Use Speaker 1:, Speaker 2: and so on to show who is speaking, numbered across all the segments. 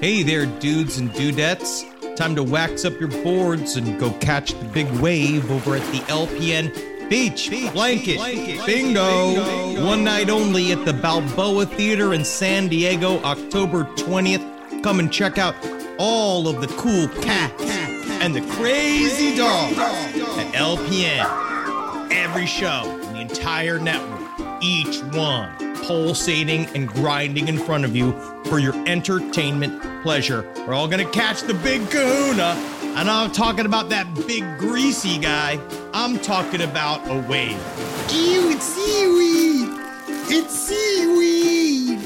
Speaker 1: Hey there, dudes and dudettes. Time to wax up your boards and go catch the big wave over at the LPN Beach, Blanket, Bingo. One night only at the Balboa Theater in San Diego, October 20th. Come and check out all of the cool cats and the crazy dogs at LPN. Every show in the entire network, each one pulsating and grinding in front of you for your entertainment pleasure. We're all gonna catch the big kahuna. And I'm talking about that big greasy guy. I'm talking about a wave.
Speaker 2: Ew, it's seaweed! It's seaweed!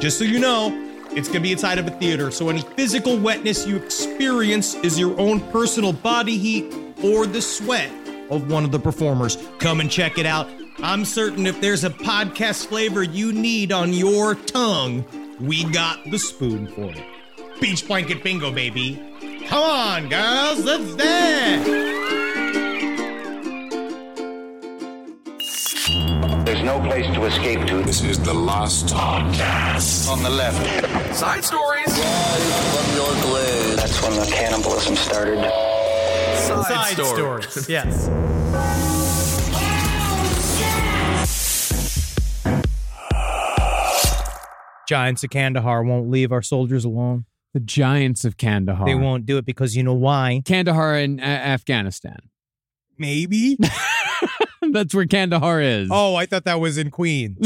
Speaker 1: Just so you know, it's going to be inside of a theater, so any physical wetness you experience is your own personal body heat or the sweat of one of the performers. Come and check it out. I'm certain if there's a podcast flavor you need on your tongue, we got the spoon for it. Beach blanket bingo, baby. Come on, girls, let's dance.
Speaker 3: There's no place to escape to.
Speaker 4: This is the last podcast on the left.
Speaker 5: Side stories.
Speaker 3: That's when the cannibalism started.
Speaker 5: Side,
Speaker 6: Side stories. Yes.
Speaker 1: Giants of Kandahar won't leave our soldiers alone.
Speaker 6: The giants of Kandahar.
Speaker 1: They won't do it because you know why?
Speaker 6: Kandahar in uh, Afghanistan.
Speaker 1: Maybe.
Speaker 6: That's where Kandahar is.
Speaker 1: Oh, I thought that was in Queens.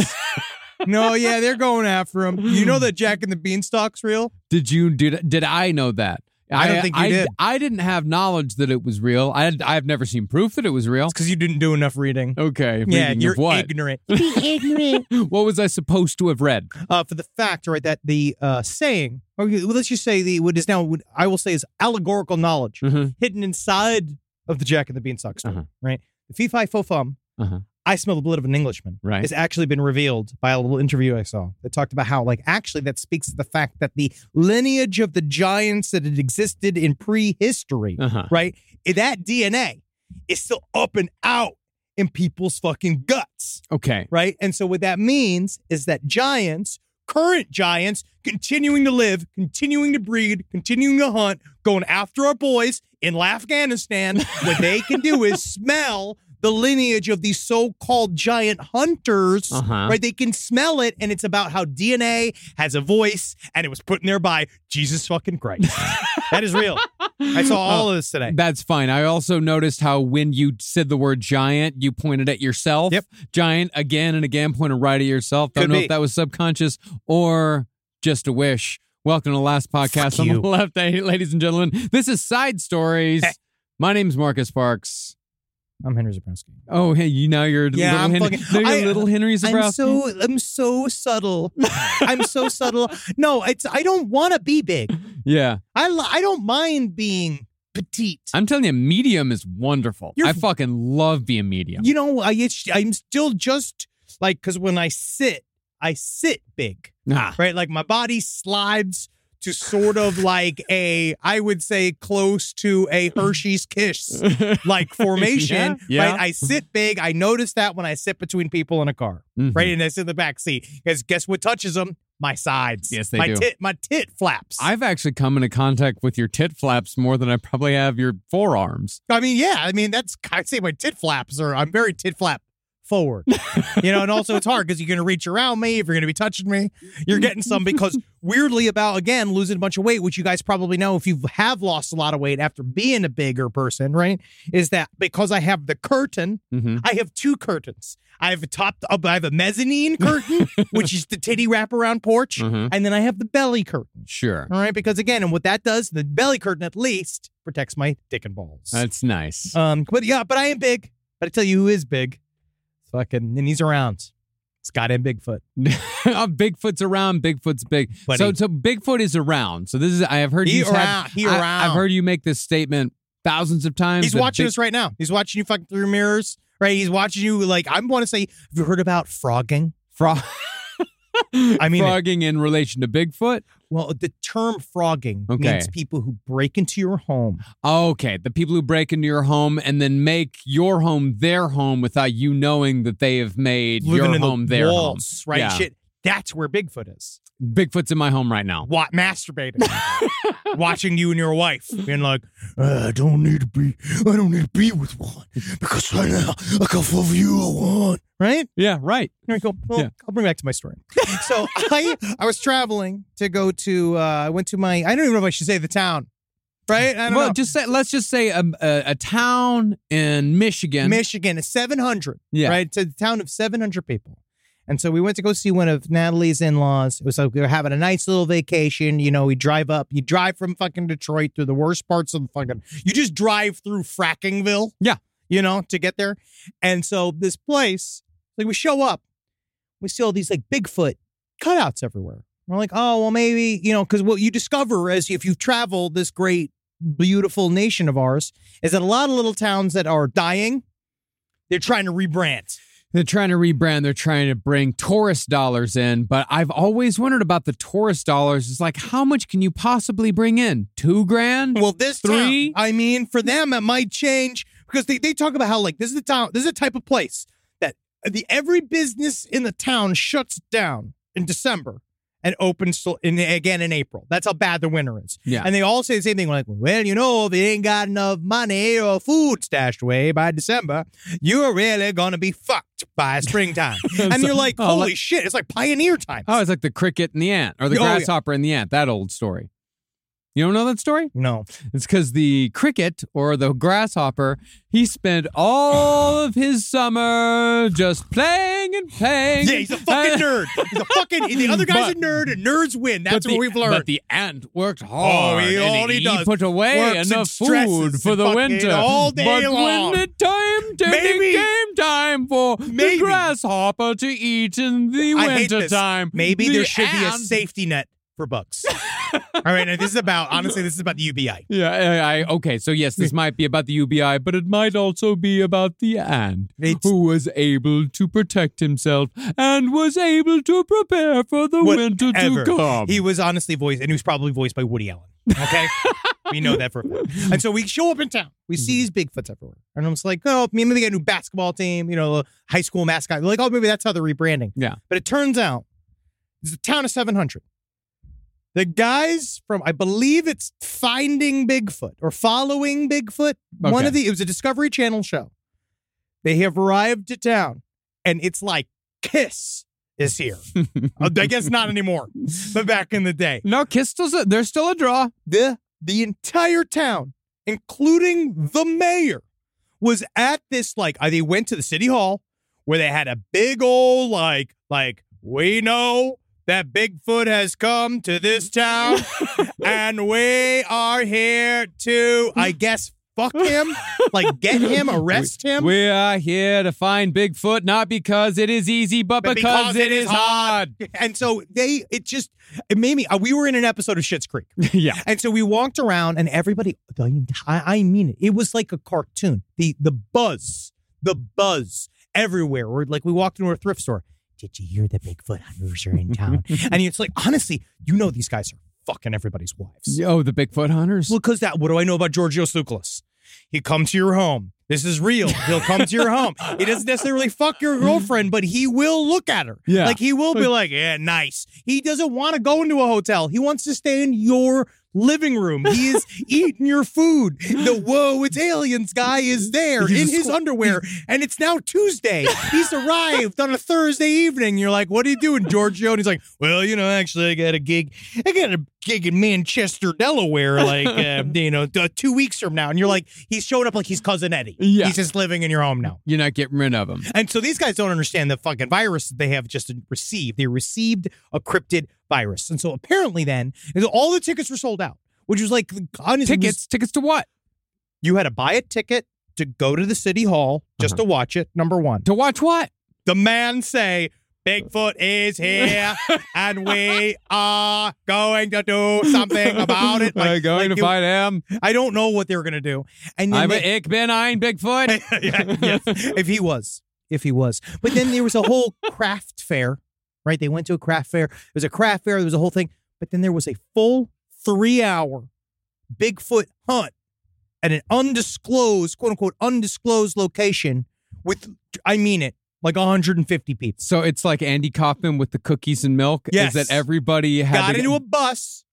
Speaker 1: no, yeah, they're going after him. You know that Jack and the Beanstalk's real?
Speaker 6: Did you did did I know that?
Speaker 1: I don't think you
Speaker 6: I,
Speaker 1: did.
Speaker 6: I didn't have knowledge that it was real. I I've never seen proof that it was real.
Speaker 1: Because you didn't do enough reading.
Speaker 6: Okay.
Speaker 1: Yeah,
Speaker 6: reading
Speaker 1: you're
Speaker 6: of what?
Speaker 1: ignorant.
Speaker 6: What was I supposed to have read?
Speaker 1: Uh, for the fact, right, that the uh, saying, or you- well, let's just say the what is now what I will say is allegorical knowledge
Speaker 6: Mhm.
Speaker 1: hidden inside of the Jack and the Beanstalk story,
Speaker 6: Uh-huh.
Speaker 1: right? The fee fi fo fum.
Speaker 6: Uh-huh.
Speaker 1: I smell the blood of an Englishman.
Speaker 6: Right.
Speaker 1: It's actually been revealed by a little interview I saw that talked about how, like, actually, that speaks to the fact that the lineage of the giants that had existed in prehistory
Speaker 6: Uh-huh.
Speaker 1: right? And That DNA is still up and out in people's fucking guts,
Speaker 6: Okay.
Speaker 1: right? And so what that means is that giants, current giants, continuing to live, continuing to breed, continuing to hunt, going after our boys in Afghanistan, what they can do is smell the lineage of these so-called giant hunters,
Speaker 6: Uh-huh.
Speaker 1: right? They can smell it, and it's about how DNA has a voice, and it was put in there by Jesus fucking Christ. that is real. I saw all of this today.
Speaker 6: That's fine. I also noticed how when you said the word giant, you pointed at yourself.
Speaker 1: Yep.
Speaker 6: Giant again and again, pointed right at yourself. Don't
Speaker 1: Could
Speaker 6: know
Speaker 1: be.
Speaker 6: if that was subconscious or just a wish. Welcome to the last podcast
Speaker 1: Fuck
Speaker 6: on
Speaker 1: you.
Speaker 6: the left, eh, ladies and gentlemen. This is Side Stories.
Speaker 1: Eh.
Speaker 6: My name's Marcus Parks.
Speaker 1: I'm Henry Zabrowski.
Speaker 6: Oh, hey, you now you're
Speaker 1: Yeah, I'm
Speaker 6: little, Henry,
Speaker 1: fucking-
Speaker 6: now you're
Speaker 1: I-
Speaker 6: little Henry Zabrowski.
Speaker 1: I'm so I'm so subtle. I'm so subtle. No, it's I don't want to be big.
Speaker 6: yeah,
Speaker 1: I li- I don't mind being petite.
Speaker 6: I'm telling you, medium is wonderful.
Speaker 1: You're-
Speaker 6: I fucking love being medium.
Speaker 1: you know, I it's, I'm still just like because when I sit, I sit big,
Speaker 6: ah,
Speaker 1: right? Like my body slides to sort of like a I would say close to a Hershey's Kiss like formation.
Speaker 6: Yeah, yeah.
Speaker 1: Right? I sit big. I notice that when I sit between people in a car.
Speaker 6: mhm.
Speaker 1: right? And it's in the back seat. Because guess what touches them? My sides.
Speaker 6: Yes, they
Speaker 1: my
Speaker 6: do.
Speaker 1: Tit, my tit flaps. I,
Speaker 6: I've actually come into contact with your tit flaps more than I probably have your forearms.
Speaker 1: I mean, yeah, I mean, that's, I say my tit flaps are, I'm very tit flap forward. you know, and also it's hard because you're going to reach around me if you're going to be touching me. You're getting some because weirdly about, again, losing a bunch of weight, which you guys probably know if you have lost a lot of weight after being a bigger person, right? Is that because I have the curtain,
Speaker 6: Mm-hmm.
Speaker 1: I have two curtains. I have a top, I have a mezzanine curtain, which is the titty wraparound porch.
Speaker 6: Mhm.
Speaker 1: And then I have the belly curtain.
Speaker 6: Sure.
Speaker 1: All right, because again, and what that does, the belly curtain at least protects my dick and balls.
Speaker 6: That's nice.
Speaker 1: um, but yeah, but I am big. But I tell you who is big. Fucking, and he's around. It's goddamn Bigfoot.
Speaker 6: Oh, Bigfoot's around. Bigfoot's big.
Speaker 1: Buddy.
Speaker 6: So, so Bigfoot is around. So this is I have heard
Speaker 1: He
Speaker 6: you
Speaker 1: around. He
Speaker 6: I,
Speaker 1: around.
Speaker 6: have heard you make this statement thousands of times.
Speaker 1: He's
Speaker 6: that
Speaker 1: watching
Speaker 6: Big-
Speaker 1: us right now. He's watching you fucking through mirrors, right? He's watching you like, I want to say, have you heard about frogging?
Speaker 6: Frog. I
Speaker 1: mean it.
Speaker 6: frogging in relation to Bigfoot.
Speaker 1: Well, the term frogging
Speaker 6: Okay.
Speaker 1: means people who break into your home.
Speaker 6: Okay, the people who break into your home and then make your home their home without you knowing that they have made
Speaker 1: living
Speaker 6: your
Speaker 1: in
Speaker 6: home
Speaker 1: the
Speaker 6: their
Speaker 1: walls,
Speaker 6: home.
Speaker 1: right?
Speaker 6: Yeah.
Speaker 1: Shit, that's where Bigfoot is.
Speaker 6: Bigfoot's in my home right now.
Speaker 1: Wa- masturbating, watching you and your wife, being like, "Uh, I don't need to be, I don't need to be with one because right now I got four of you I want, right?
Speaker 6: Yeah, right.
Speaker 1: There you go. Well,
Speaker 6: Yeah.
Speaker 1: I'll bring back to my story. so I, I was traveling to go to, uh, I went to my, I don't even know if I should say the town, right? I don't
Speaker 6: Well,
Speaker 1: know.
Speaker 6: just say, let's just say a, a, a town in Michigan.
Speaker 1: Michigan is 700,
Speaker 6: Yeah.
Speaker 1: right? It's a town of 700 people. And so we went to go see one of Natalie's in laws. It was like we were having a nice little vacation. You know, we drive up, you drive from fucking Detroit through the worst parts of the fucking, you just drive through Frackingville.
Speaker 6: Yeah.
Speaker 1: You know, to get there. And so this place, like we show up, we see all these like Bigfoot cutouts everywhere. We're like, oh, well, maybe, you know, because what you discover as if you've traveled this great, beautiful nation of ours is that a lot of little towns that are dying, they're trying to rebrand.
Speaker 6: They're trying to rebrand. They're trying to bring tourist dollars in. But I've always wondered about the tourist dollars. It's like, how much can you possibly bring in? Two grand?
Speaker 1: Well, this
Speaker 6: Three?
Speaker 1: town, I mean, for them, it might change because they, they talk about how like this is the town, this is a type of place that the every business in the town shuts down in December and opens till- in, again in April. That's how bad the winter is.
Speaker 6: Yeah.
Speaker 1: And they all say the same thing like, well, you know, if you ain't got enough money or food stashed away by December, you're really gonna be fucked by springtime. and you're like,
Speaker 6: Oh, like-
Speaker 1: holy shit, it's like pioneer time.
Speaker 6: Oh, it's like the cricket and the ant, or the
Speaker 1: Oh, yeah.
Speaker 6: grasshopper and the ant. That old story. You don't know that story?
Speaker 1: no.
Speaker 6: It's because the cricket or the grasshopper, he spent all of his summer just playing and playing.
Speaker 1: Yeah, he's a fucking
Speaker 6: Uh,
Speaker 1: nerd. He's a fucking. The other guy's a nerd, and nerds win. That's
Speaker 6: but
Speaker 1: what
Speaker 6: the-
Speaker 1: we've learned.
Speaker 6: But the ant worked
Speaker 1: Oh,
Speaker 6: hard.
Speaker 1: he-
Speaker 6: and
Speaker 1: all he does
Speaker 6: put away
Speaker 1: works and
Speaker 6: enough food
Speaker 1: stresses
Speaker 6: for
Speaker 1: and
Speaker 6: the
Speaker 1: fucking
Speaker 6: winter.
Speaker 1: all day
Speaker 6: but
Speaker 1: long.
Speaker 6: when the time to
Speaker 1: Maybe-
Speaker 6: came time for
Speaker 1: Maybe-
Speaker 6: the grasshopper to eat in the
Speaker 1: I hate
Speaker 6: winter
Speaker 1: this.
Speaker 6: time,
Speaker 1: Maybe there
Speaker 6: the
Speaker 1: should be a
Speaker 6: ant-
Speaker 1: safety net for bucks. All right, now this is about honestly, this is about the UBI.
Speaker 6: Yeah, I, I okay. So yes, this might be about the UBI, but it might also be about the ant
Speaker 1: It's-
Speaker 6: who was able to protect himself and was able to prepare for the winter
Speaker 1: Whatever.
Speaker 6: to come.
Speaker 1: He was honestly voiced, and he was probably voiced by Woody Allen. Okay, we know that for a fact. And so we show up in town. We see
Speaker 6: Mm-hmm.
Speaker 1: these Bigfoots everywhere, and I'm just like, oh, maybe they got a new basketball team. You know, high school mascot. We're like, oh, maybe that's how they're rebranding.
Speaker 6: Yeah.
Speaker 1: But it turns out it's a town of 700. The guys from, I believe it's Finding Bigfoot or Following Bigfoot, one
Speaker 6: Okay.
Speaker 1: of the, it was a Discovery Channel show. They have arrived to town and it's like Kiss is here. I guess not anymore, but back in the day.
Speaker 6: no, Kistel's a, there's still a draw.
Speaker 1: The, the entire town, including the mayor, was at this like uh, they went to the city hall where they had a big old like like we know that Bigfoot has come to this town and we are here to I guess fuck him like get him arrest him
Speaker 6: We are here to find Bigfoot, not because it is easy, but,
Speaker 1: But
Speaker 6: because, it is hard.
Speaker 1: and so they it just it made me uh, we were in an episode of Shit's Creek
Speaker 6: yeah.
Speaker 1: And so we walked around, and everybody, the enti- I mean it, it was like a cartoon. The the buzz, the buzz everywhere. We're like, we walked into a thrift store. Did you hear the Bigfoot hunters are in town? and it's like, honestly, you know, these guys are fucking everybody's wives.
Speaker 6: Oh, the Bigfoot hunters.
Speaker 1: Well, because that, what do I know about Giorgio Tsoukalos? He come to your home. This is real. He'll come to your home. He doesn't necessarily fuck your girlfriend, but he will look at her.
Speaker 6: Yeah.
Speaker 1: Like he will be like, yeah, nice. He doesn't want to go into a hotel. He wants to stay in your living room. He is eating your food. The whoa, it's aliens guy is there in
Speaker 6: He's a
Speaker 1: his
Speaker 6: squ-
Speaker 1: underwear. And it's now Tuesday. He's arrived on a Thursday evening. You're like, what are you doing, Giorgio? And he's like, well, you know, actually, I got a gig. I got a gig in Manchester, Delaware, like, uh, you know, th- two weeks from now. And you're like, he's showing up like he's Cousin Eddie.
Speaker 6: Yeah.
Speaker 1: He's just living in your home now.
Speaker 6: You're not getting rid of them.
Speaker 1: And so these guys don't understand the fucking virus that they have just received. They received a cryptid virus. And so apparently then, and so all the tickets were sold out, which was like, honestly, was-
Speaker 6: Tickets, tickets to what?
Speaker 1: you had to buy a ticket to go to the city hall just
Speaker 6: Uh-huh.
Speaker 1: to watch it, number one.
Speaker 6: To watch what?
Speaker 1: The man say, Bigfoot is here and we are going to do something about it.
Speaker 6: We're going
Speaker 1: like
Speaker 6: to
Speaker 1: it-
Speaker 6: find him.
Speaker 1: I don't know what they were going to do. And then
Speaker 6: I'm
Speaker 1: they-
Speaker 6: a ich bin ein Bigfoot.
Speaker 1: Yeah, yes. If he was, if he was. But then there was a whole craft fair, right? They went to a craft fair. There was a craft fair. There was a whole thing. But then there was a full three hour Bigfoot hunt at an undisclosed, quote unquote, undisclosed location with, I mean it, like 150 people.
Speaker 6: So it's like Andy Kaufman with the cookies and milk.
Speaker 1: Yes.
Speaker 6: Is that everybody had
Speaker 1: Got
Speaker 6: to
Speaker 1: into a bus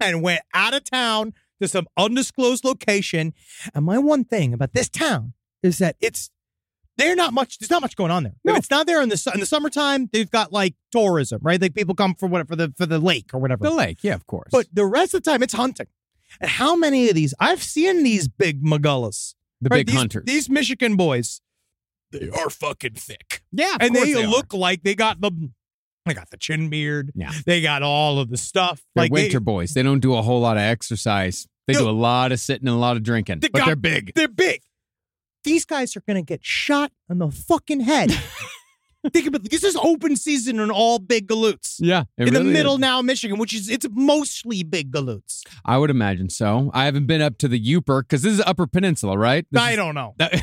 Speaker 1: and went out of town to some undisclosed location. And my one thing about this town is that it's they're not much. There's not much going on there. If it's not there in the su- in the summertime. They've got like tourism, right? Like people come for what for the for the lake or whatever.
Speaker 6: the lake? Yeah, of course.
Speaker 1: But the rest of the time, it's hunting. And how many of these? I've seen these big magullas.
Speaker 6: the
Speaker 1: right?
Speaker 6: big
Speaker 1: these,
Speaker 6: hunters.
Speaker 1: These Michigan boys. They are fucking thick.
Speaker 6: yeah, of
Speaker 1: and
Speaker 6: course
Speaker 1: they,
Speaker 6: are.
Speaker 1: look like they got the they got the chin beard.
Speaker 6: Yeah.
Speaker 1: They got all of the stuff.
Speaker 6: They're
Speaker 1: like
Speaker 6: winter boys. They don't do a whole lot of exercise. They
Speaker 1: No.
Speaker 6: do a lot of sitting and a lot of drinking.
Speaker 1: They
Speaker 6: but
Speaker 1: got-
Speaker 6: they're big.
Speaker 1: They, are big. These guys are gonna get shot in the fucking head. Think about this is open season on all big galoots.
Speaker 6: Yeah, it
Speaker 1: in the
Speaker 6: really
Speaker 1: middle
Speaker 6: is.
Speaker 1: now, of Michigan, which is it's mostly big galoots.
Speaker 6: I would imagine so. I haven't been up to the Upper because this is Upper Peninsula, right? This
Speaker 1: I
Speaker 6: is-
Speaker 1: don't know.
Speaker 6: that-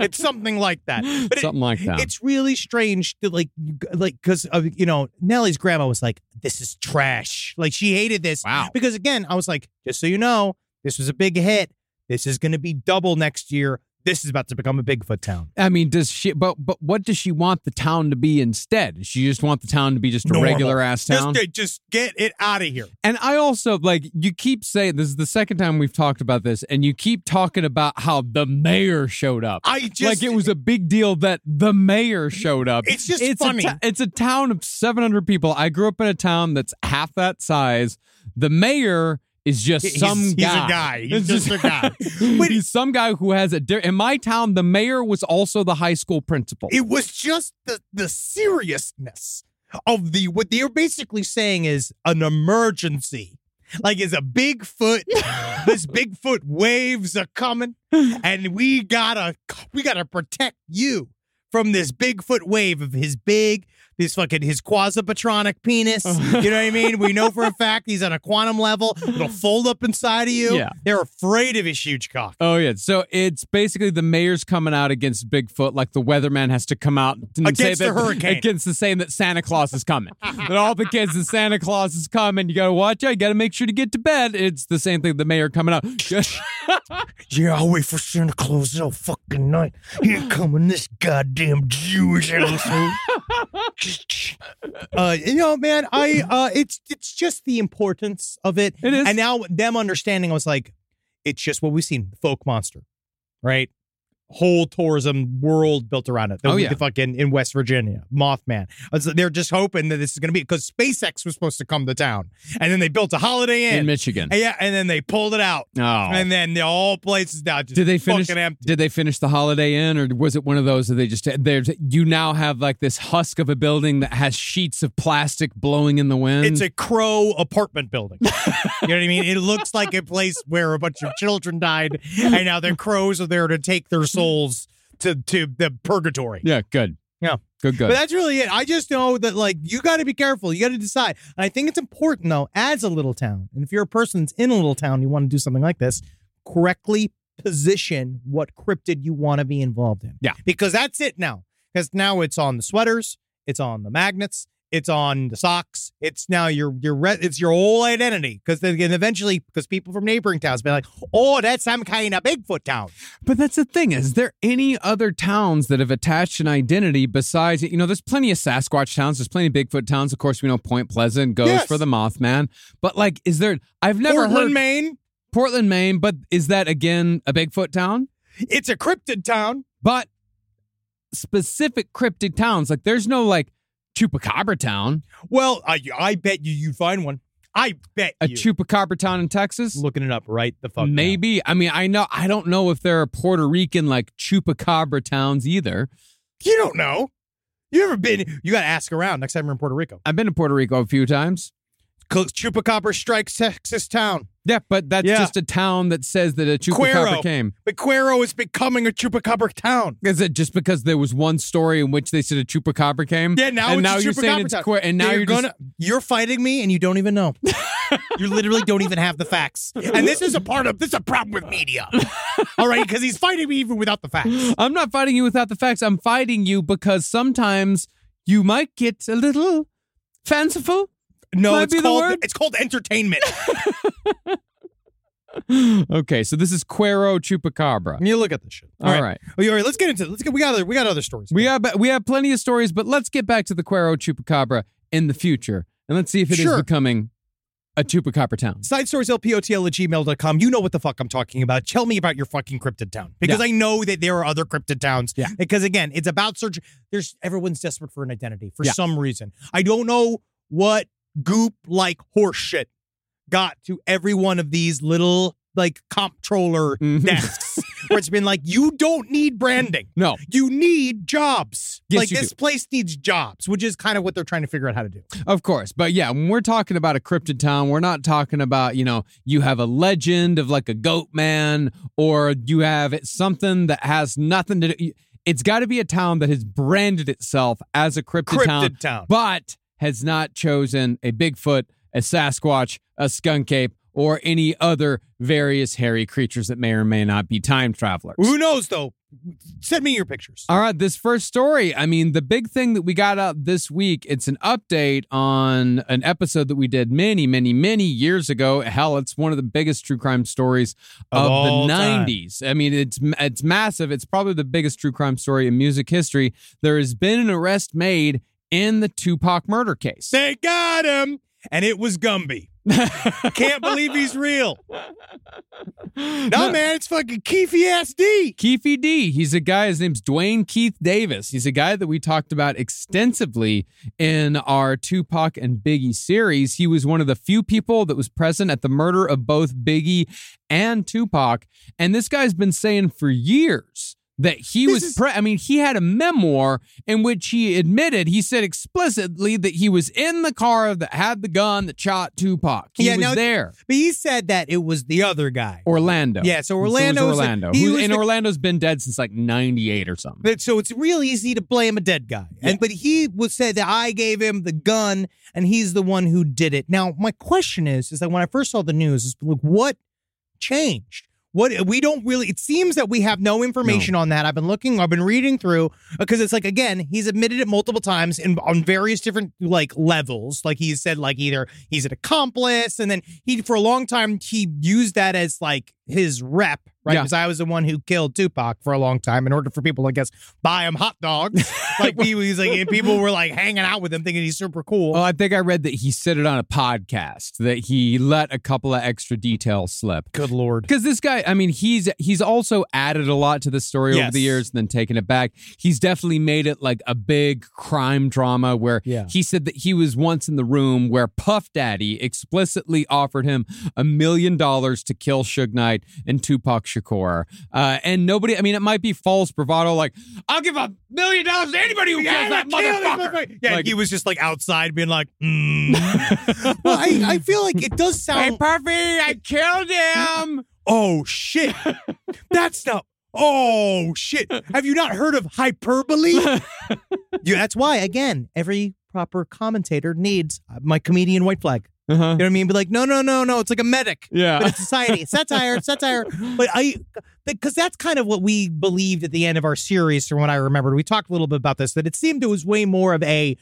Speaker 1: It's something like that. But it,
Speaker 6: something like that.
Speaker 1: It's really strange to like, you g- like, because uh, you know Nellie's grandma was like, "This is trash." Like she hated this.
Speaker 6: Wow.
Speaker 1: Because again, I was like, just so you know, this was a big hit. This is going to be double next year. This is about to become a Bigfoot town.
Speaker 6: I mean, does she? But but what does she want the town to be instead? Does She just want the town to be just a
Speaker 1: Normal.
Speaker 6: regular ass town.
Speaker 1: Just, uh, just get it out of here.
Speaker 6: And I also like you keep saying this is the second time we've talked about this, and you keep talking about how the mayor showed up.
Speaker 1: I just
Speaker 6: like it was a big deal that the mayor showed up.
Speaker 1: It's just
Speaker 6: it's
Speaker 1: funny.
Speaker 6: A to- it's a town of 700 people. I grew up in a town that's half that size. The mayor is just
Speaker 1: He's-
Speaker 6: some
Speaker 1: he's a
Speaker 6: guy.
Speaker 1: guy. He's
Speaker 6: It's
Speaker 1: just a guy. But-
Speaker 6: he's some guy who has a. Di- in my town, the mayor was also the high school principal.
Speaker 1: It was just the the seriousness of the what they're basically saying is an emergency. Like is a Bigfoot, this Bigfoot waves are coming, and we gotta we gotta protect you from this Bigfoot wave of his big, this fucking his quasipatronic penis. You know what I mean? We know for a fact he's on a quantum level. It'll fold up inside of you.
Speaker 6: Yeah.
Speaker 1: They're afraid of his huge cock.
Speaker 6: Oh yeah, so it's basically the mayor's coming out against Bigfoot, like the weatherman has to come out and
Speaker 1: Against
Speaker 6: say
Speaker 1: the
Speaker 6: that,
Speaker 1: hurricane.
Speaker 6: against the saying that Santa Claus is coming. that all the kids that Santa Claus is coming. You gotta watch out. You gotta make sure to get to bed. It's the same thing. The mayor coming out.
Speaker 1: Yeah, I'll wait for Santa Claus all fucking night. Here coming this goddamn Jewish asshole. uh, you know, man, I uh, it's it's just the importance of it.
Speaker 6: It is.
Speaker 1: and now them understanding, I was like, it's just what we've seen, folk monster, right? Whole tourism world built around it. The,
Speaker 6: Oh, yeah.
Speaker 1: the fucking in West Virginia, Mothman. I was- They're just hoping that this is going to be because SpaceX was supposed to come to town, and then they built a Holiday Inn.
Speaker 6: in Michigan.
Speaker 1: And yeah, and then they pulled it out.
Speaker 6: Oh.
Speaker 1: And then the whole place is now just
Speaker 6: did they finish?
Speaker 1: fucking empty.
Speaker 6: Did they finish the Holiday Inn, or was it one of those that they just there's you now have like this husk of a building that has sheets of plastic blowing in the wind?
Speaker 1: It's a crow apartment building. you know what I mean? It looks like a place where a bunch of children died, and now the crows are there to take their souls to to the purgatory.
Speaker 6: yeah, good,
Speaker 1: Yeah.
Speaker 6: good, good.
Speaker 1: But that's really it. I just know that like you got to be careful. You got to decide. And I think it's important though, as a little town, and if you're a person that's in a little town, you want to do something like this, correctly position what cryptid you want to be involved in.
Speaker 6: Yeah.
Speaker 1: because that's it now. Because now it's on the sweaters, it's on the magnets, it's on the socks. It's now your your re- it's your whole identity. Because then again, eventually, because people from neighboring towns be like, oh, that's some kind of Bigfoot town.
Speaker 6: But that's the thing. Is there any other towns that have attached an identity besides, you know, there's plenty of Sasquatch towns, there's plenty of Bigfoot towns. Of course, we know Point Pleasant goes
Speaker 1: Yes.
Speaker 6: for the Mothman. But like, is there, I've never
Speaker 1: Portland,
Speaker 6: heard
Speaker 1: Maine.
Speaker 6: Portland, Maine, but is that again a Bigfoot town?
Speaker 1: It's a cryptid town.
Speaker 6: But specific cryptid towns, like there's no like Chupacabra town,
Speaker 1: Well, I I bet you you'd find one. I bet
Speaker 6: a
Speaker 1: you.
Speaker 6: Chupacabra town in Texas.
Speaker 1: looking it up right the fuck. now.
Speaker 6: Maybe. I mean, I know, I don't know if there are Puerto Rican like Chupacabra towns either.
Speaker 1: you don't know. You ever been? You got to ask around next time you're in Puerto Rico.
Speaker 6: I've been to Puerto Rico a few times.
Speaker 1: Cl- Chupacabra strikes Texas town.
Speaker 6: Yeah, but that's
Speaker 1: Yeah.
Speaker 6: just a town that says that a chupacabra
Speaker 1: Cuero.
Speaker 6: came.
Speaker 1: Bequero is becoming a Chupacabra town.
Speaker 6: Is it just because there was one story in which they said a chupacabra came?
Speaker 1: Yeah, now
Speaker 6: and
Speaker 1: it's
Speaker 6: now
Speaker 1: a
Speaker 6: you're
Speaker 1: Chupacabra
Speaker 6: saying it's
Speaker 1: town.
Speaker 6: que- and now
Speaker 1: They're
Speaker 6: you're just-
Speaker 1: you're fighting me, and you don't even know. you literally don't even have the facts. And this is a part of this is a problem with media. All right, because he's fighting me even without the facts.
Speaker 6: I'm not fighting you without the facts. I'm fighting you because sometimes you might get a little fanciful.
Speaker 1: No,
Speaker 6: Might
Speaker 1: it's
Speaker 6: be the
Speaker 1: called
Speaker 6: word.
Speaker 1: it's called entertainment.
Speaker 6: okay, so this is Cuero Chupacabra.
Speaker 1: You look at this shit.
Speaker 6: All right.
Speaker 1: All right, let's get into it. Let's get we got other we got other stories.
Speaker 6: We have we have plenty of stories, but let's get back to the Cuero Chupacabra in the future, and let's see if it is
Speaker 1: Sure.
Speaker 6: becoming a Chupacabra town.
Speaker 1: Side stories LPOTL at gmail.com. You know what the fuck I'm talking about. Tell me about your fucking cryptid town. Because I know that there are other cryptid towns.
Speaker 6: Yeah.
Speaker 1: Because again, it's about search. There's everyone's desperate for an identity for
Speaker 6: Yeah.
Speaker 1: some reason. I don't know what goop like horse shit got to every one of these little like comptroller
Speaker 6: Mhm.
Speaker 1: desks where it's been like, you don't need branding.
Speaker 6: No,
Speaker 1: You need jobs.
Speaker 6: Yes,
Speaker 1: like
Speaker 6: you
Speaker 1: this place needs jobs, which is kind of what they're trying to figure out how to do.
Speaker 6: of course, but yeah, when we're talking about a cryptid town, we're not talking about you know you have a legend of like a goat man, or you have something that has nothing to do. It's got to be a town that has branded itself as a cryptid, town,
Speaker 1: Cryptid town.
Speaker 6: but has not chosen a Bigfoot, a Sasquatch, a skunk ape, or any other various hairy creatures that may or may not be time travelers.
Speaker 1: Who knows though? Send me your pictures.
Speaker 6: All right, this first story. I mean, the big thing that we got out this week, it's an update on an episode that we did many, many, many years ago. Hell, it's one of the biggest true crime stories
Speaker 1: Of
Speaker 6: of,
Speaker 1: all
Speaker 6: the
Speaker 1: time.
Speaker 6: 90s. I mean, it's it's massive. It's probably the biggest true crime story in music history. There has been an arrest made in the Tupac murder case.
Speaker 1: They got him, and it was Gumby. Can't believe he's real. No, man, it's fucking Keefy ass D.
Speaker 6: Keefe D. He's a guy, his name's Dwayne Keith Davis. He's a guy that we talked about extensively in our Tupac and Biggie series. He was one of the few people that was present at the murder of both Biggie and Tupac. And this guy's been saying for years that he
Speaker 1: This
Speaker 6: was
Speaker 1: is-
Speaker 6: pre- I mean, he had a memoir in which he admitted, he said explicitly that he was in the car that had the gun that shot Tupac. He
Speaker 1: Yeah,
Speaker 6: was
Speaker 1: now-
Speaker 6: there.
Speaker 1: But he said that it was the other guy.
Speaker 6: Orlando.
Speaker 1: Yeah, so
Speaker 6: it was
Speaker 1: Orlando's-
Speaker 6: Orlando.
Speaker 1: he
Speaker 6: who-
Speaker 1: was
Speaker 6: and
Speaker 1: the-
Speaker 6: Orlando's been dead since like 98 or something.
Speaker 1: But- Um, so it's real easy to blame a dead guy. And but he would say that I gave him the gun, and he's the one who did it. Now my question is, is that when I first saw the news, is like what changed? What we don't really. It seems that we have no information on that. I've been looking. I've been reading through because it's like again, he's admitted it multiple times in on various different like levels. Like he said, like either he's an accomplice, and then he for a long time he used that as like his rep, right?
Speaker 6: Yeah.
Speaker 1: Because I was the one who killed Tupac for a long time in order for people, I guess, buy him hot dogs. like he was like, and people were like hanging out with him, thinking he's super cool.
Speaker 6: Well, I think I read that he said it on a podcast that he let a couple of extra details slip.
Speaker 1: Good lord.
Speaker 6: Because this guy, I mean, he's he's also added a lot to the story over
Speaker 1: Yes.
Speaker 6: the years and then taken it back. He's definitely made it like a big crime drama where
Speaker 1: Yeah.
Speaker 6: he said that he was once in the room where Puff Daddy explicitly offered him a million dollars to kill Suge Knight and Tupac Shakur. Uh, and nobody, I mean, it might be false bravado, like, I'll give a million dollars to anybody who kills
Speaker 1: Yeah,
Speaker 6: that
Speaker 1: kill this
Speaker 6: motherfucker.
Speaker 1: motherfucker. Yeah,
Speaker 6: Like-
Speaker 1: he was just like outside being like, mm. well, I, I feel like it does
Speaker 6: Hey,
Speaker 1: sound.
Speaker 6: Puffy, I killed him.
Speaker 1: Oh shit. That's not Oh shit. Have you not heard of hyperbole? yeah, that's why again, every proper commentator needs my comedian white flag. You
Speaker 6: Uh-huh.
Speaker 1: know what I mean? Be like, "No, no, no, no, it's like a medic." But
Speaker 6: Yeah.
Speaker 1: it's society. Satire, satire. But I because that's kind of what we believed at the end of our series from what I remembered. We talked a little bit about this that it seemed it was way more of a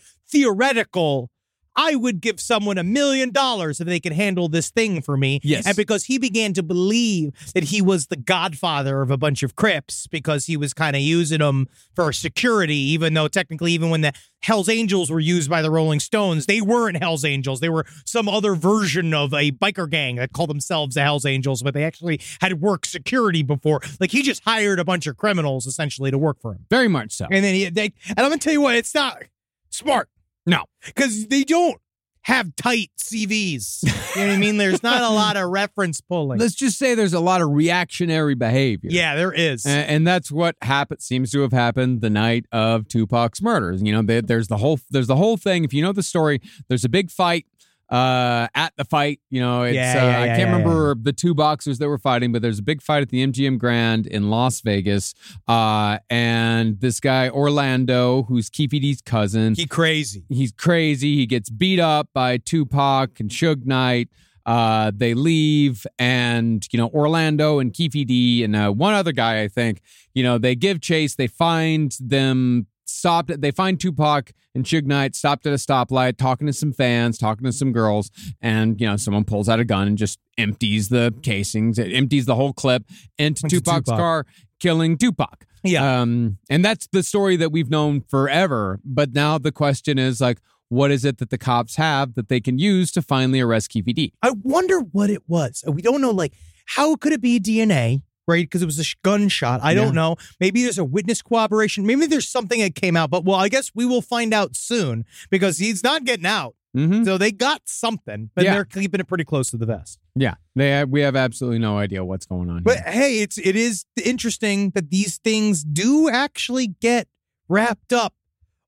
Speaker 1: theoretical I would give someone a million dollars if they could handle this thing for me.
Speaker 6: Yes.
Speaker 1: And because he began to believe that he was the godfather of a bunch of Crips because he was kind of using them for security, even though technically, even when the Hells Angels were used by the Rolling Stones, they weren't Hells Angels. They were some other version of a biker gang that called themselves the Hells Angels, but they actually had worked security before. Like he just hired a bunch of criminals essentially to work for him.
Speaker 6: Very much so.
Speaker 1: And then he, they, and I'm gonna tell you what, it's not smart.
Speaker 6: No.
Speaker 1: because they don't have tight CVs. You know what I mean? There's not a lot of reference pulling.
Speaker 6: Let's just say there's a lot of reactionary behavior.
Speaker 1: yeah, there is.
Speaker 6: A- And, that's what happened seems to have happened the night of Tupac's murders. You know, there- there's the whole there's the whole thing. If you know the story, there's a big fight uh at the fight you know it's
Speaker 1: Yeah,
Speaker 6: uh,
Speaker 1: yeah,
Speaker 6: i
Speaker 1: yeah,
Speaker 6: can't
Speaker 1: yeah,
Speaker 6: remember the two boxers that were fighting but there's a big fight at the mgm grand in las vegas uh and this guy orlando who's keefe's cousin
Speaker 1: he crazy.
Speaker 6: he's crazy. He gets beat up by Tupac and Suge Knight. Uh, they leave, and you know Orlando and Keefe D and uh, one other guy, I think. You know they give chase. They find them stopped. They find Tupac and Suge Knight stopped at a stoplight, talking to some fans, talking to some girls, and you know someone pulls out a gun and just empties the casings, it empties the whole clip into
Speaker 1: Into
Speaker 6: Tupac's
Speaker 1: Tupac.
Speaker 6: car, killing Tupac.
Speaker 1: Yeah.
Speaker 6: Um, and that's the story that we've known forever. But now the question is like, what is it that the cops have that they can use to finally arrest KVD?
Speaker 1: I wonder what it was. We don't know, like, how could it be DNA, right? Because it was a sh- gunshot. I
Speaker 6: Yeah.
Speaker 1: don't know. Maybe there's a witness cooperation. Maybe there's something that came out, but well, I guess we will find out soon because he's not getting out.
Speaker 6: Mm-hmm.
Speaker 1: So they got something, but
Speaker 6: Yeah.
Speaker 1: they're keeping it pretty close to the vest.
Speaker 6: Yeah, they have, we have absolutely no idea what's going on.
Speaker 1: But
Speaker 6: here.
Speaker 1: hey, it's it is interesting that these things do actually get wrapped up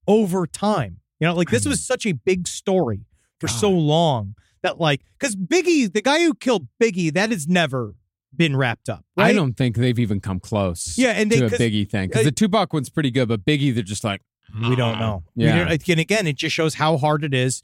Speaker 1: over time. You know, like this
Speaker 6: Mm.
Speaker 1: was such a big story for so long that like because Biggie, the guy who killed Biggie, that has never been wrapped up.
Speaker 6: I
Speaker 1: right?
Speaker 6: don't think they've even come close.
Speaker 1: Yeah, and they-
Speaker 6: to a
Speaker 1: 'cause-
Speaker 6: Biggie thing because
Speaker 1: uh,
Speaker 6: the Tupac one's pretty good, but Biggie they're just like
Speaker 1: We don't know. We
Speaker 6: Uh-uh. Yeah.
Speaker 1: don't- and again, it just shows how hard it is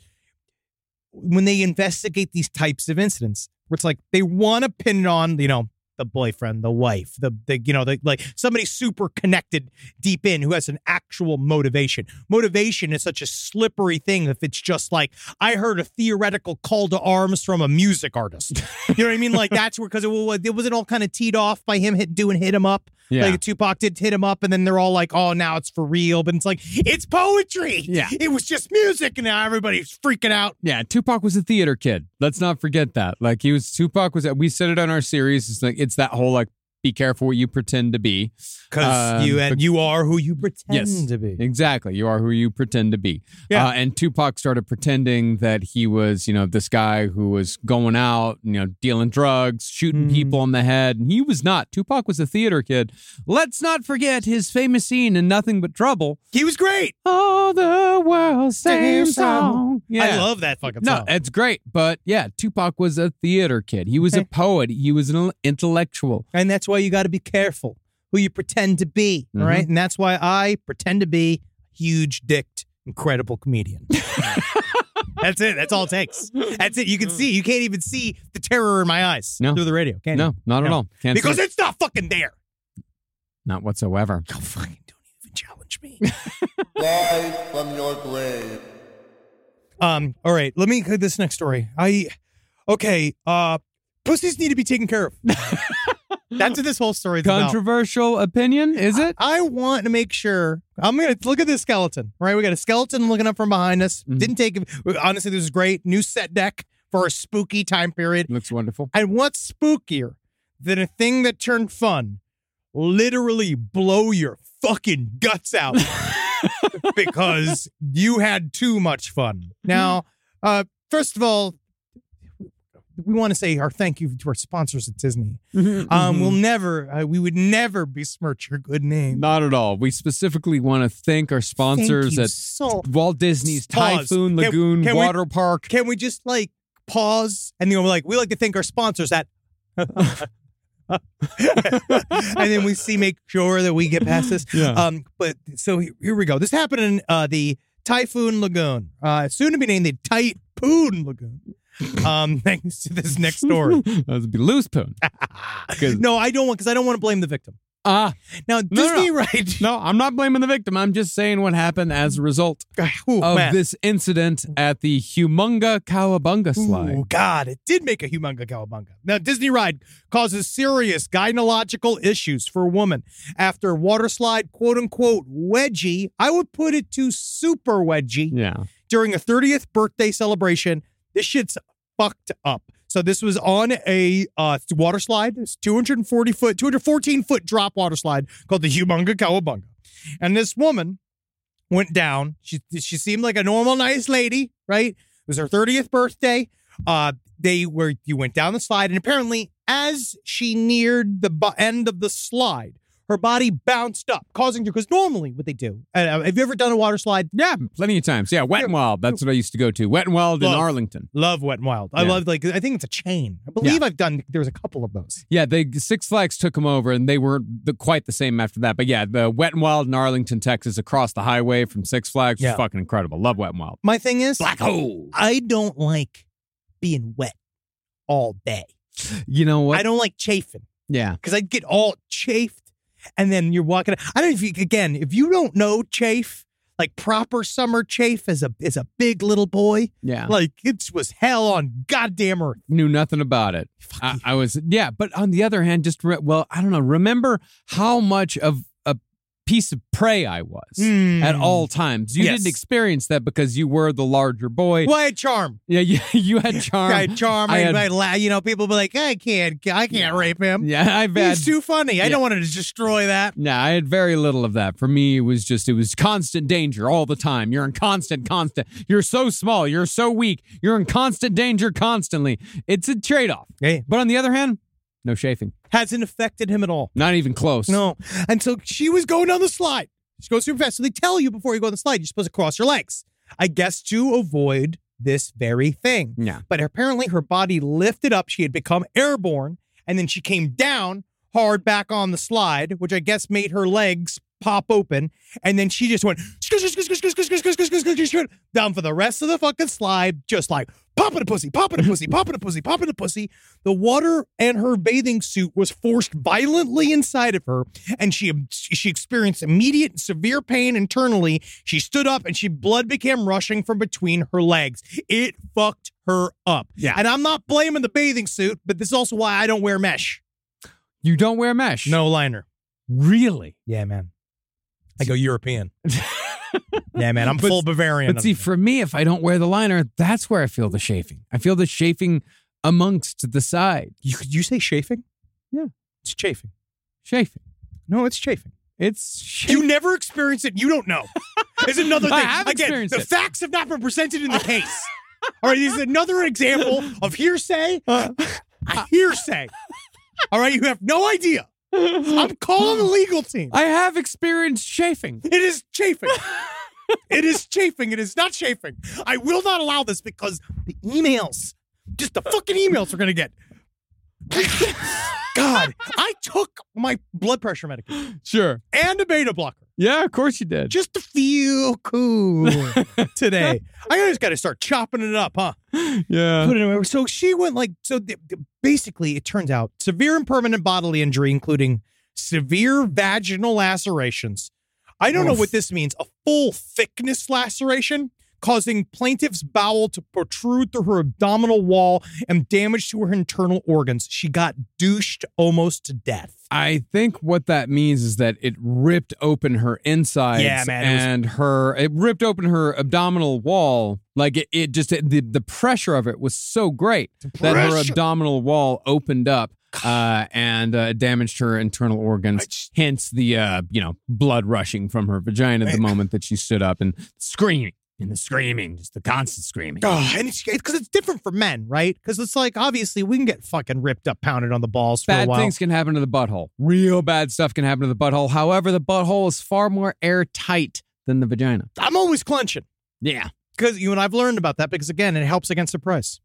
Speaker 1: when they investigate these types of incidents. Where it's like they want to pin it on, you know, the boyfriend, the wife, the the you know, the, like somebody super connected deep in who has an actual motivation. Motivation is such a slippery thing if it's just like I heard a theoretical call to arms from a music artist. You know what I mean? Like that's where because it, wa- it wasn't all kind of teed off by him hit, doing hit him up.
Speaker 6: Yeah.
Speaker 1: Like Tupac did hit him up, and then they're all like, "Oh, now it's for real." But it's like it's poetry.
Speaker 6: Yeah.
Speaker 1: it was just music, and now everybody's freaking out.
Speaker 6: yeah. Tupac was a theater kid. Let's not forget that. Like he was Tupac was. We said it on our series. It's like it's that whole like be careful what you pretend to be.
Speaker 1: Because
Speaker 6: Um,
Speaker 1: you and
Speaker 6: but-
Speaker 1: you are who you pretend
Speaker 6: Yes.
Speaker 1: to be.
Speaker 6: Exactly. You are who you pretend to be.
Speaker 1: Yeah.
Speaker 6: Uh, and Tupac started pretending that he was, you know, this guy who was going out, you know, dealing drugs, shooting
Speaker 1: Mhm.
Speaker 6: people on the head. And he was not. Tupac was a theater kid. Let's not forget his famous scene in Nothing But Trouble.
Speaker 1: He was great.
Speaker 6: All the world, same
Speaker 1: Same song.
Speaker 6: song.
Speaker 1: I love that fucking
Speaker 6: No,
Speaker 1: song.
Speaker 6: it's great. But yeah, Tupac was a theater kid. He was a
Speaker 1: Okay.
Speaker 6: poet. He was an intellectual.
Speaker 1: and that's why you got to be careful who you pretend to be. all right? and that's why I pretend to be a huge dicked, incredible comedian. that's it. That's all it takes. That's it. You can see. You can't even see the terror in my eyes
Speaker 6: No.
Speaker 1: through the radio. Can
Speaker 6: No,
Speaker 1: you?
Speaker 6: not at
Speaker 1: No.
Speaker 6: all. Can't
Speaker 1: Because
Speaker 6: say-
Speaker 1: it's not fucking there.
Speaker 6: not whatsoever.
Speaker 1: Don't fucking don't even challenge me.
Speaker 3: from your grave.
Speaker 1: Um, all right, let me this next story. I okay, uh pussies need to be taken care of. That's what this whole story is about.
Speaker 6: Controversial opinion, is it?
Speaker 1: I want to make sure. I'm gonna look at this skeleton. Right, we got a skeleton looking up from behind us.
Speaker 6: Mhm.
Speaker 1: Didn't take. Honestly, this is great. New set deck for a spooky time period.
Speaker 6: Looks wonderful.
Speaker 1: And what's spookier than a thing that turned fun? Literally blow your fucking guts out because you had too much fun. Now,
Speaker 6: Mm-hmm.
Speaker 1: uh, first of all, we want to say our thank you to our sponsors at Disney. Um, We'll
Speaker 6: Mm-hmm.
Speaker 1: never, uh, we would never besmirch your good name.
Speaker 6: Not at all. We specifically want to thank our sponsors
Speaker 1: Thank you
Speaker 6: at
Speaker 1: so
Speaker 6: Walt Disney's
Speaker 1: Pause.
Speaker 6: Typhoon
Speaker 1: Can-
Speaker 6: Lagoon
Speaker 1: can we-
Speaker 6: Water Park.
Speaker 1: Can we just like pause and then we're like, we like to thank our sponsors at. and then we see, make sure that we get past this.
Speaker 6: Yeah.
Speaker 1: Um, but so he- here we go. This happened in uh, the Typhoon Lagoon, uh, soon to be named the Typhoon Lagoon. Um, thanks to this next story.
Speaker 6: that would be loose poon. Good.
Speaker 1: no, I don't want because I don't want to blame the victim.
Speaker 6: Ah,
Speaker 1: Now
Speaker 6: no,
Speaker 1: Disney, right?
Speaker 6: no, I'm not blaming the victim. I'm just saying what happened as a result
Speaker 1: Ooh,
Speaker 6: of
Speaker 1: Oh, man.
Speaker 6: this incident at the Humunga Cowabunga slide.
Speaker 1: Oh God, it did make a humunga cowabunga. Now, Disney ride causes serious gynecological issues for a woman after water slide, quote unquote, wedgie. I would put it to super wedgie
Speaker 6: Yeah.
Speaker 1: during a 30th birthday celebration. This shit's fucked up. So this was on a uh, water slide, this 240 foot, 214 foot drop water slide called the Humunga Cowabunga, and this woman went down. She she seemed like a normal, nice lady, right? It was her 30th birthday. Uh, they were you went down the slide, and apparently, as she neared the bu- end of the slide, her body bounced up, causing her. Because normally, what they do, uh, have you ever done a water slide?
Speaker 6: Yeah, plenty of times. Yeah, Wet and Wild. That's what I used to go to. Wet and Wild in
Speaker 1: Love.
Speaker 6: Arlington.
Speaker 1: Love Wet and Wild. I
Speaker 6: Yeah.
Speaker 1: love like I think it's a chain. I believe I've done. There was a couple of those.
Speaker 6: Yeah, they Six Flags took them over, and they weren't the, quite the same after that. But yeah, the Wet and Wild in Arlington, Texas, across the highway from Six Flags, was
Speaker 1: Yeah.
Speaker 6: fucking incredible. Love Wet and Wild.
Speaker 1: My thing is,
Speaker 6: hole.
Speaker 1: I don't like being wet all day.
Speaker 6: You know what?
Speaker 1: I don't like chafing
Speaker 6: yeah,
Speaker 1: because I'd get all chafed, and then you're walking. I don't know if you again if you don't know chafe. like proper summer chafe as a as a big little boy.
Speaker 6: Yeah.
Speaker 1: Like it was hell on goddamn earth.
Speaker 6: knew nothing about it. I, I was yeah, but on the other hand, just re- well, I don't know. Remember how much of a piece of prey I was
Speaker 1: Mm.
Speaker 6: Hmm. at all times. You
Speaker 1: Yes.
Speaker 6: didn't experience that because you were the larger boy.
Speaker 1: Well, I had charm.
Speaker 6: Yeah, you, you had charm.
Speaker 1: I had charm.
Speaker 6: Um, I
Speaker 1: I
Speaker 6: had-
Speaker 1: I la- you know, people be like, I can't, I can't rape him.
Speaker 6: Yeah, I've had.
Speaker 1: He's too funny. I
Speaker 6: Yeah.
Speaker 1: don't want to destroy that.
Speaker 6: Nah, I had very little of that. For me, it was just it was constant danger all the time. You're in constant, constant. You're so small. You're so weak. You're in constant danger constantly. It's a trade off.
Speaker 1: Hey,
Speaker 6: But on the other hand, no chafing.
Speaker 1: hasn't affected him at all.
Speaker 6: Not even close.
Speaker 1: No. And so she was going down the slide. She goes super fast. So they tell you before you go on the slide, you're supposed to cross your legs. I guess to avoid this very thing.
Speaker 6: Yeah.
Speaker 1: But apparently her body lifted up. She had become airborne. And then she came down hard back on the slide, which I guess made her legs pop open. And then she just went down for the rest of the fucking slide, just like popping a pussy, popping a pussy, popping a pussy, popping a pussy. The water and her bathing suit was forced violently inside of her, and she she experienced immediate and severe pain internally. She stood up, and she blood became rushing from between her legs. It fucked her up.
Speaker 6: Yeah.
Speaker 1: and I'm not blaming the bathing suit, but this is also why I don't wear mesh,
Speaker 6: You don't wear mesh.
Speaker 1: no liner.
Speaker 6: Really?
Speaker 1: Yeah, man. I go European. yeah, man. I'm
Speaker 6: But-
Speaker 1: full Bavarian.
Speaker 6: But see, for me, if I don't wear the liner, that's where I feel the chafing. I feel the chafing amongst the side.
Speaker 1: you, you say chafing?
Speaker 6: Yeah.
Speaker 1: it's chafing.
Speaker 6: Chafing.
Speaker 1: No, it's chafing.
Speaker 6: It's chafing.
Speaker 1: You never experience it. You don't know. Is another thing.
Speaker 6: I have
Speaker 1: Again,
Speaker 6: experienced
Speaker 1: the
Speaker 6: it.
Speaker 1: facts have not been presented in the case. All right, this is another example of hearsay. A hearsay. All right, you have no idea. I'm calling the legal team.
Speaker 6: I have experienced chafing.
Speaker 1: It is chafing. It is chafing. It is not chafing. I will not allow this because the emails, just the fucking emails we're going to get. God, I took my blood pressure medication
Speaker 6: Sure.
Speaker 1: and a beta blocker
Speaker 6: Yeah, of course you did.
Speaker 1: just to feel cool today. I just got to start chopping it up, huh?
Speaker 6: Yeah.
Speaker 1: Put it away. So she went like so. th- th- basically, it turns out severe and permanent bodily injury, including severe vaginal lacerations. I don't know what this means. A full thickness laceration causing plaintiff's bowel to protrude through her abdominal wall and damage to her internal organs. She got douched almost to death.
Speaker 6: I think what that means is that it ripped open her insides
Speaker 1: Yeah, man, it was-
Speaker 6: and her it ripped open her abdominal wall. Like it, it just the, the pressure of it was so great that her
Speaker 1: pressure.
Speaker 6: abdominal wall opened up uh, and uh, damaged her internal organs. Hence the uh, you know blood rushing from her vagina the moment that she stood up and screaming and the screaming, just the constant screaming.
Speaker 1: Ah, and it's because it's different for men, right? Because it's like obviously we can get fucking ripped up, pounded on the balls for a
Speaker 6: Bad
Speaker 1: while.
Speaker 6: things can happen to the butthole. Real bad stuff can happen to the butthole. However, the butthole is far more airtight than the vagina.
Speaker 1: I'm always clenching
Speaker 6: Yeah.
Speaker 1: because you and I've learned about that because again, it helps against surprise,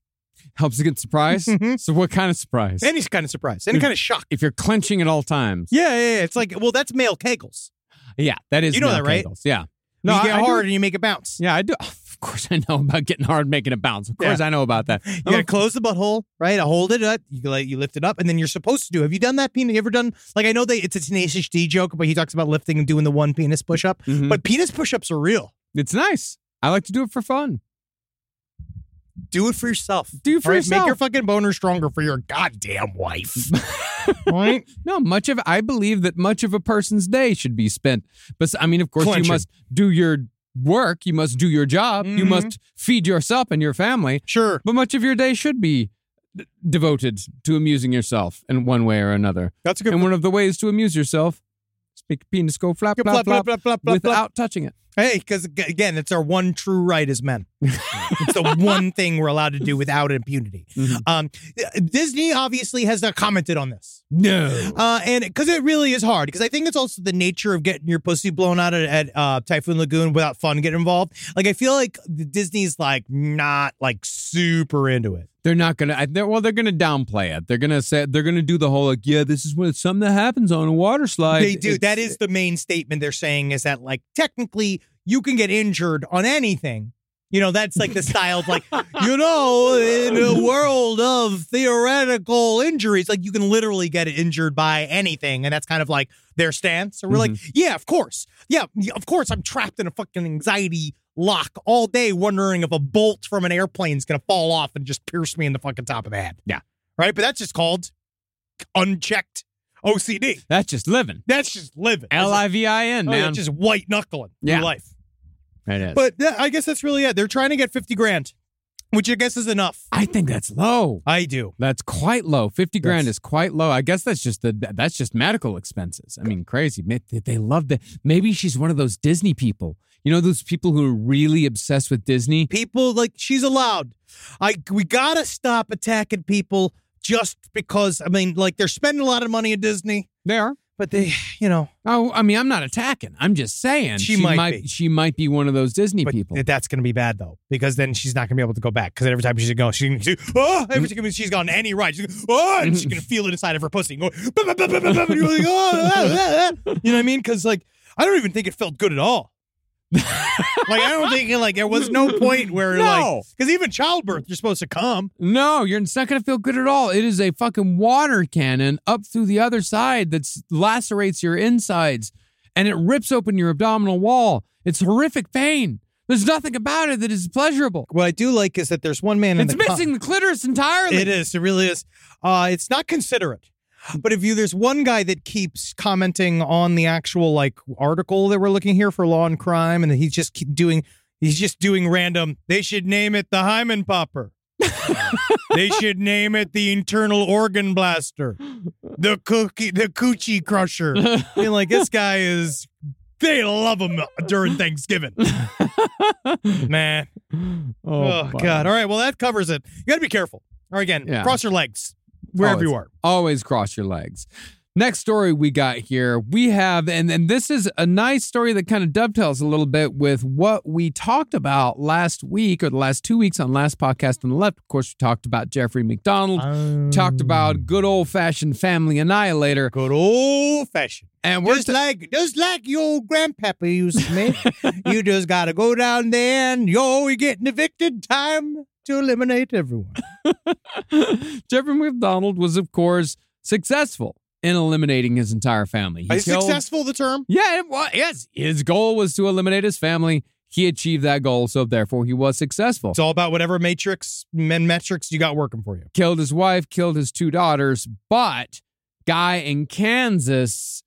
Speaker 6: Helps against surprise.
Speaker 1: Mhm.
Speaker 6: so what kind of surprise?
Speaker 1: any kind of surprise, any kind of shock.
Speaker 6: if you're clenching at all times.
Speaker 1: Mm. Yeah, yeah, yeah. It's like well, that's male kegels.
Speaker 6: Yeah, that is
Speaker 1: You know
Speaker 6: male
Speaker 1: that, right?
Speaker 6: Kegels. Yeah.
Speaker 1: you get
Speaker 6: I- I do-
Speaker 1: hard and you make it bounce.
Speaker 6: yeah, I do. Oh, Of course I know about getting hard making a bounce. Of course I know about that.
Speaker 1: You gotta close the butthole, right? I hold it up, you like you lift it up, and then you're supposed to do. Have you done that penis? You ever done like I know they it's a tenacious D joke, but he talks about lifting and doing the one penis push up.
Speaker 6: Mhm.
Speaker 1: But penis push ups are real.
Speaker 6: it's nice. I like to do it for fun.
Speaker 1: Do it for yourself.
Speaker 6: Do it for
Speaker 1: All right,
Speaker 6: yourself.
Speaker 1: Make your fucking boner stronger for your goddamn wife. right?
Speaker 6: No, much of I believe that much of a person's day should be spent. But I mean, of course,
Speaker 1: Clenching.
Speaker 6: you must do your work, you must do your job, you
Speaker 1: Mhm.
Speaker 6: must feed yourself and your family.
Speaker 1: Sure.
Speaker 6: But much of your day should be d- devoted to amusing yourself in one way or another.
Speaker 1: That's a
Speaker 6: And one of the ways to amuse yourself is make your penis go flap, flap, flap, without touching it.
Speaker 1: Hey, because again, it's our one true right as men. it's the one thing we're allowed to do without impunity.
Speaker 6: Mhm.
Speaker 1: Um, Disney obviously has not commented on this.
Speaker 6: No.
Speaker 1: Uh, and because it really is hard, because I think it's also the nature of getting your pussy blown out at, at uh, Typhoon Lagoon without fun getting involved. Like, I feel like the Disney's like not like super into it.
Speaker 6: They're not gonna. I- They're, well, they're gonna downplay it. They're gonna say they're gonna do the whole like, yeah, this is when it's something that happens on a water slide.
Speaker 1: they do.
Speaker 6: It's-
Speaker 1: That is the main statement they're saying is that like technically you can get injured on anything. You know, that's like the style of like, you know, in a world of theoretical injuries, like you can literally get injured by anything. And that's kind of like their stance. So we're like,
Speaker 6: Mm-hmm.
Speaker 1: yeah, of course. Yeah, y- of course. I'm trapped in a fucking anxiety lock all day wondering if a bolt from an airplane is going to fall off and just pierce me in the fucking top of the head.
Speaker 6: Yeah.
Speaker 1: Right. But that's just called unchecked OCD.
Speaker 6: That's just living.
Speaker 1: That's just living.
Speaker 6: L I V I N,
Speaker 1: Oh, yeah,
Speaker 6: man.
Speaker 1: just white knuckling your
Speaker 6: Yeah.
Speaker 1: life.
Speaker 6: it is.
Speaker 1: But yeah, I guess that's really it. They're trying to get 50 grand, which I guess is enough.
Speaker 6: I think that's low.
Speaker 1: I do.
Speaker 6: That's quite low. Fifty grand
Speaker 1: That's-
Speaker 6: is quite low. I guess that's just the that's just medical expenses. I mean, crazy. Ma- They they love that. Maybe she's one of those Disney people. You know, those people who are really obsessed with Disney.
Speaker 1: People like she's allowed. I we gotta stop attacking people just because I mean, like they're spending a lot of money at Disney,
Speaker 6: They are.
Speaker 1: but they, you know,
Speaker 6: Oh, I mean, I'm not attacking. I'm just saying
Speaker 1: She might be.
Speaker 6: She might be one of those Disney
Speaker 1: but
Speaker 6: people.
Speaker 1: that's gonna be bad though because then she's not gonna be able to go back because every time she's going, she she- oh, every time she's gone any ride, she's gonna, oh, and she's gonna feel it inside of her pussy. Going, "Bah, bah, bah, bah, bah, bah," and you're like, "Oh, ah, ah, ah." you know what I mean? Because like I don't even think it felt good at all. like I don't think like there was no point where
Speaker 6: No.
Speaker 1: like because even childbirth you're supposed to come.
Speaker 6: No, you're it's not going to feel good at all. It is a fucking water cannon up through the other side that lacerates your insides and it rips open your abdominal wall. It's horrific pain. There's nothing about it that is pleasurable.
Speaker 1: What I do like is that there's one man in
Speaker 6: It's
Speaker 1: the co-
Speaker 6: missing the clitoris entirely.
Speaker 1: It is. It really is. Uh, it's not considerate. But if you, there's one guy that keeps commenting on the actual like article that we're looking here for Law and Crime, and he's just keep doing, he's just doing random. They should name it the hymen popper. they should name it the internal organ blaster, the cookie, the coochie crusher. Being like this guy is, they love him during Thanksgiving, man.
Speaker 6: oh,
Speaker 1: Oh,
Speaker 6: my.
Speaker 1: God. All right. Well, that covers it. You got to be careful. Or again,
Speaker 6: Yeah.
Speaker 1: cross your legs wherever
Speaker 6: Always.
Speaker 1: you are.
Speaker 6: Always cross your legs. Next story we got here, we have, and, and this is a nice story that kind of dovetails a little bit with what we talked about last week or the last two weeks on Last Podcast on the Left. Of course, we talked about Jeffrey McDonald,
Speaker 1: Um,
Speaker 6: talked about good old fashioned family annihilator.
Speaker 1: good old fashioned.
Speaker 6: And we're
Speaker 1: Just like just like your old grandpapa used to make. you just gotta go down there and you're always getting evicted. Time to eliminate everyone.
Speaker 6: Jeffrey McDonald was, of course, successful in eliminating his entire family. He
Speaker 1: Is
Speaker 6: killed-
Speaker 1: successful the term?
Speaker 6: Yeah, it was. Yes, his goal was to eliminate his family. He achieved that goal, so therefore he was successful.
Speaker 1: It's all about whatever matrix men metrics you got working for you.
Speaker 6: killed his wife, killed his two daughters, but guy in Kansas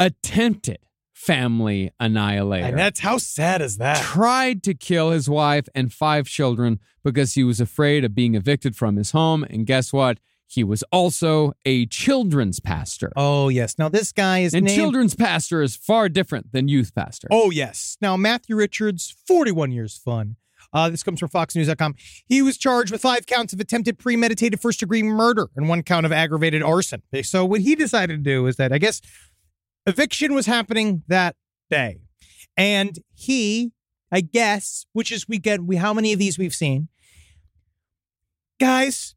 Speaker 6: attempted family annihilator.
Speaker 1: And that's how sad is that?
Speaker 6: tried to kill his wife and five children because he was afraid of being evicted from his home. And guess what? He was also a children's pastor.
Speaker 1: Oh yes. Now this guy is
Speaker 6: and
Speaker 1: named
Speaker 6: children's pastor is far different than youth pastor.
Speaker 1: Oh, yes. Now, Matthew Richards, 41 years fun. Uh, this comes from FoxNews.com. He was charged with five counts of attempted premeditated first degree murder and one count of aggravated arson. So, what he decided to do is that I guess eviction was happening that day. And he, I guess, which is we get we how many of these we've seen. Guys,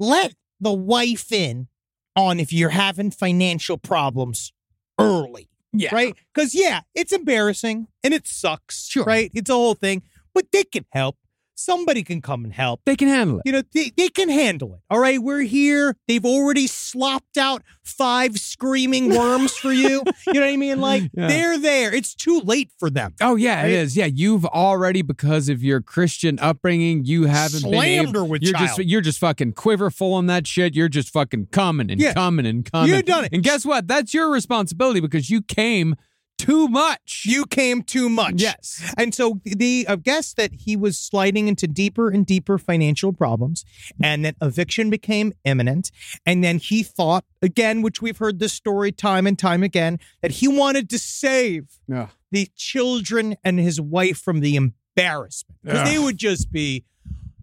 Speaker 1: let the wife in on if you're having financial problems early.
Speaker 6: Yeah.
Speaker 1: Right? Because yeah, it's embarrassing and it sucks.
Speaker 6: Sure.
Speaker 1: Right? It's a whole thing. But they can help. Somebody can come and help.
Speaker 6: They can handle it.
Speaker 1: You know, they, they can handle it. All right, we're here. They've already slopped out five screaming worms for you. You know what I mean? Like,
Speaker 6: Yeah.
Speaker 1: they're there. It's too late for them.
Speaker 6: Oh yeah,
Speaker 1: Right?
Speaker 6: it is. Yeah, you've already because of your Christian upbringing, you haven't been
Speaker 1: Slammed
Speaker 6: able.
Speaker 1: her with
Speaker 6: you're
Speaker 1: child.
Speaker 6: just you're just fucking quiverful on that shit. You're just fucking coming and
Speaker 1: Yeah.
Speaker 6: coming and coming.
Speaker 1: You've done it.
Speaker 6: And guess what? That's your responsibility because you came too much.
Speaker 1: You came too much.
Speaker 6: yes.
Speaker 1: And so the I guess that he was sliding into deeper and deeper financial problems, and that eviction became imminent. And then he thought again, which we've heard this story time and time again, that he wanted to save
Speaker 6: Ugh.
Speaker 1: the children and his wife from the embarrassment because they would just be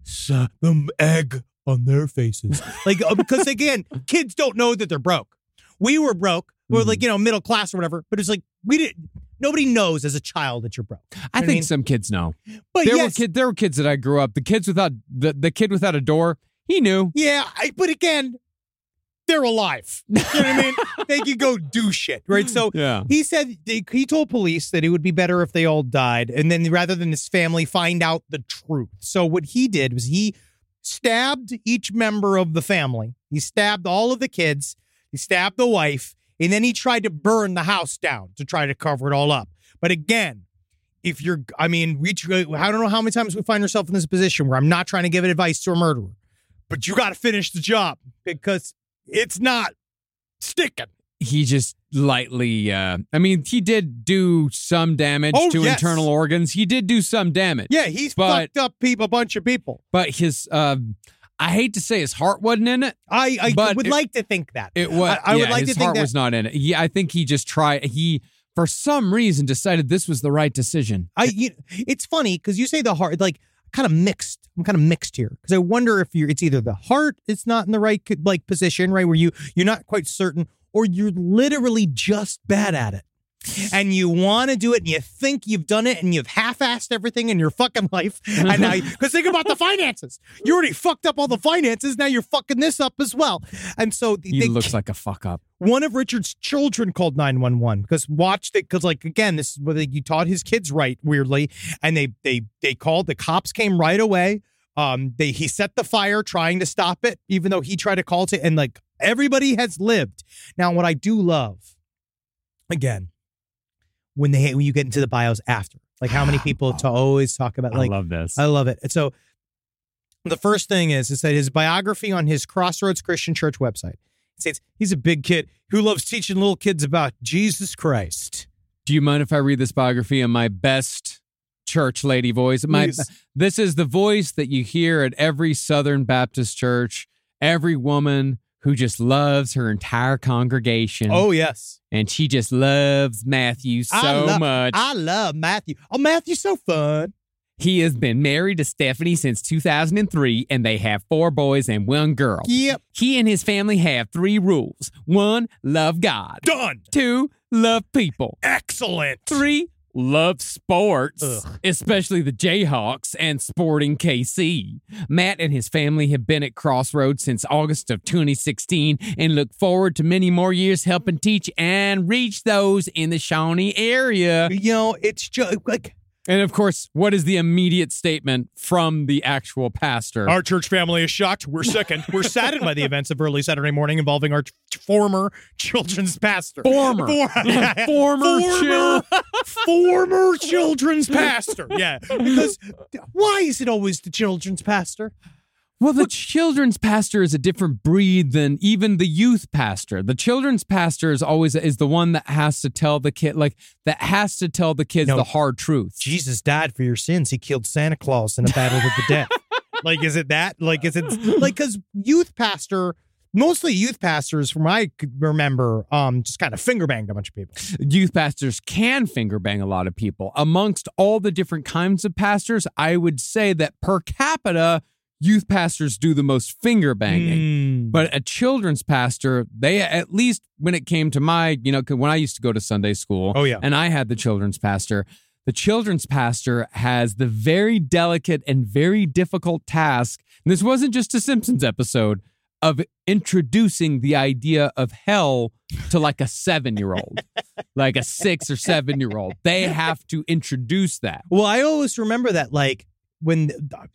Speaker 1: s- them egg on their faces, like uh, because again, kids don't know that they're broke. We were broke. We were
Speaker 6: Mm-hmm.
Speaker 1: like you know middle class or whatever, but it's like we didn't. Nobody knows as a child that you're broke.
Speaker 6: I
Speaker 1: You know what I
Speaker 6: think
Speaker 1: mean?
Speaker 6: some kids know.
Speaker 1: But
Speaker 6: There
Speaker 1: yes,
Speaker 6: were kid there were kids that I grew up. The kids without the, the kid without a door, he knew.
Speaker 1: yeah. I, but again, they're alive. You know what I mean? They could go do shit, right? So
Speaker 6: Yeah.
Speaker 1: he said they, he told police that it would be better if they all died, and then rather than his family find out the truth. So what he did was he stabbed each member of the family. He stabbed all of the kids. He stabbed the wife, and then he tried to burn the house down to try to cover it all up. But again, if you're, I mean, we, tr- I don't know how many times we find ourselves in this position where I'm not trying to give advice to a murderer, but you got to finish the job because it's not sticking.
Speaker 6: He just lightly uh I mean, he did do some damage
Speaker 1: Oh,
Speaker 6: to
Speaker 1: yes.
Speaker 6: internal organs. He did do some damage.
Speaker 1: Yeah, he's
Speaker 6: But-
Speaker 1: fucked up people, a bunch of people.
Speaker 6: But his uh I hate to say his heart wasn't in it.
Speaker 1: I, I
Speaker 6: But
Speaker 1: would
Speaker 6: it-
Speaker 1: like to think that.
Speaker 6: It was.
Speaker 1: I, I would
Speaker 6: yeah,
Speaker 1: like
Speaker 6: his
Speaker 1: to think
Speaker 6: heart
Speaker 1: that.
Speaker 6: was not in it. Yeah, I think he just tried. He for some reason decided this was the right decision.
Speaker 1: I, you, it's funny because you say the heart, like kind of mixed. I'm kind of mixed here because I wonder if you're. It's either the heart it's not in the right like position, right, where you you're not quite certain, or you're literally just bad at it, and you want to do it, and you think you've done it, and you've half-assed everything in your fucking life, and now because think about the finances, you already fucked up all the finances, now you're fucking this up as well, and so the,
Speaker 6: He
Speaker 1: they
Speaker 6: looks like a fuck up.
Speaker 1: one of Richard's children called 911 because watched it because like again this is whether you taught his kids right weirdly and they they they called the cops came right away um they he set the fire trying to stop it even though he tried to call to and like everybody has lived now what I do love again when they when you get into the bios after like how many people to always talk about like
Speaker 6: love this.
Speaker 1: I love it. And so the first thing is is that his biography on his Crossroads Christian Church website it says he's a big kid who loves teaching little kids about Jesus Christ.
Speaker 6: Do you mind if I read this biography in my best church lady voice? My
Speaker 1: Please.
Speaker 6: this is the voice that you hear at every Southern Baptist church. Every woman who just loves her entire congregation.
Speaker 1: Oh yes.
Speaker 6: and she just loves Matthew so
Speaker 1: I lo-
Speaker 6: much.
Speaker 1: I love Matthew. Oh Matthew's so fun.
Speaker 6: he has been married to Stephanie since 2003, and they have four boys and one girl.
Speaker 1: Yep.
Speaker 6: He and his family have three rules one, love God,
Speaker 1: Done.
Speaker 6: two, love people,
Speaker 1: Excellent.
Speaker 6: three, love sports,
Speaker 1: Ugh.
Speaker 6: especially the Jayhawks and Sporting KC. Matt and his family have been at Crossroads since August of 2016 and look forward to many more years helping teach and reach those in the Shawnee area.
Speaker 1: You know, it's just like
Speaker 6: And of course, what is the immediate statement from the actual pastor?
Speaker 1: Our church family is shocked. We're sickened. We're saddened by the events of early Saturday morning involving our ch- former children's pastor.
Speaker 6: Former.
Speaker 1: For-
Speaker 6: Former chil-
Speaker 1: former children's pastor. Yeah. Because why is it always the children's pastor?
Speaker 6: Well, the children's pastor is a different breed than even the youth pastor. The children's pastor is always is the one that has to tell the kid like that has to tell the kids
Speaker 1: No.
Speaker 6: the hard truth.
Speaker 1: Jesus died for your sins. He killed Santa Claus in a battle to the death. like, is it that? Like, is it like because youth pastor? Mostly youth pastors, from what I could remember, um, just kind of finger banged a bunch of people.
Speaker 6: Youth pastors can finger bang a lot of people. Amongst all the different kinds of pastors, I would say that per capita, youth pastors do the most finger
Speaker 1: Mm.
Speaker 6: banging.
Speaker 1: Hmm.
Speaker 6: But a children's pastor, they at least when it came to my, you know, 'cause when I used to go to Sunday school,
Speaker 1: Oh, yeah.
Speaker 6: and I had the children's pastor. The children's pastor has the very delicate and very difficult task. And this wasn't just a Simpsons episode of introducing the idea of hell to like a seven year old, like a six or seven year old. They have to introduce that.
Speaker 1: Well, I always remember that, like when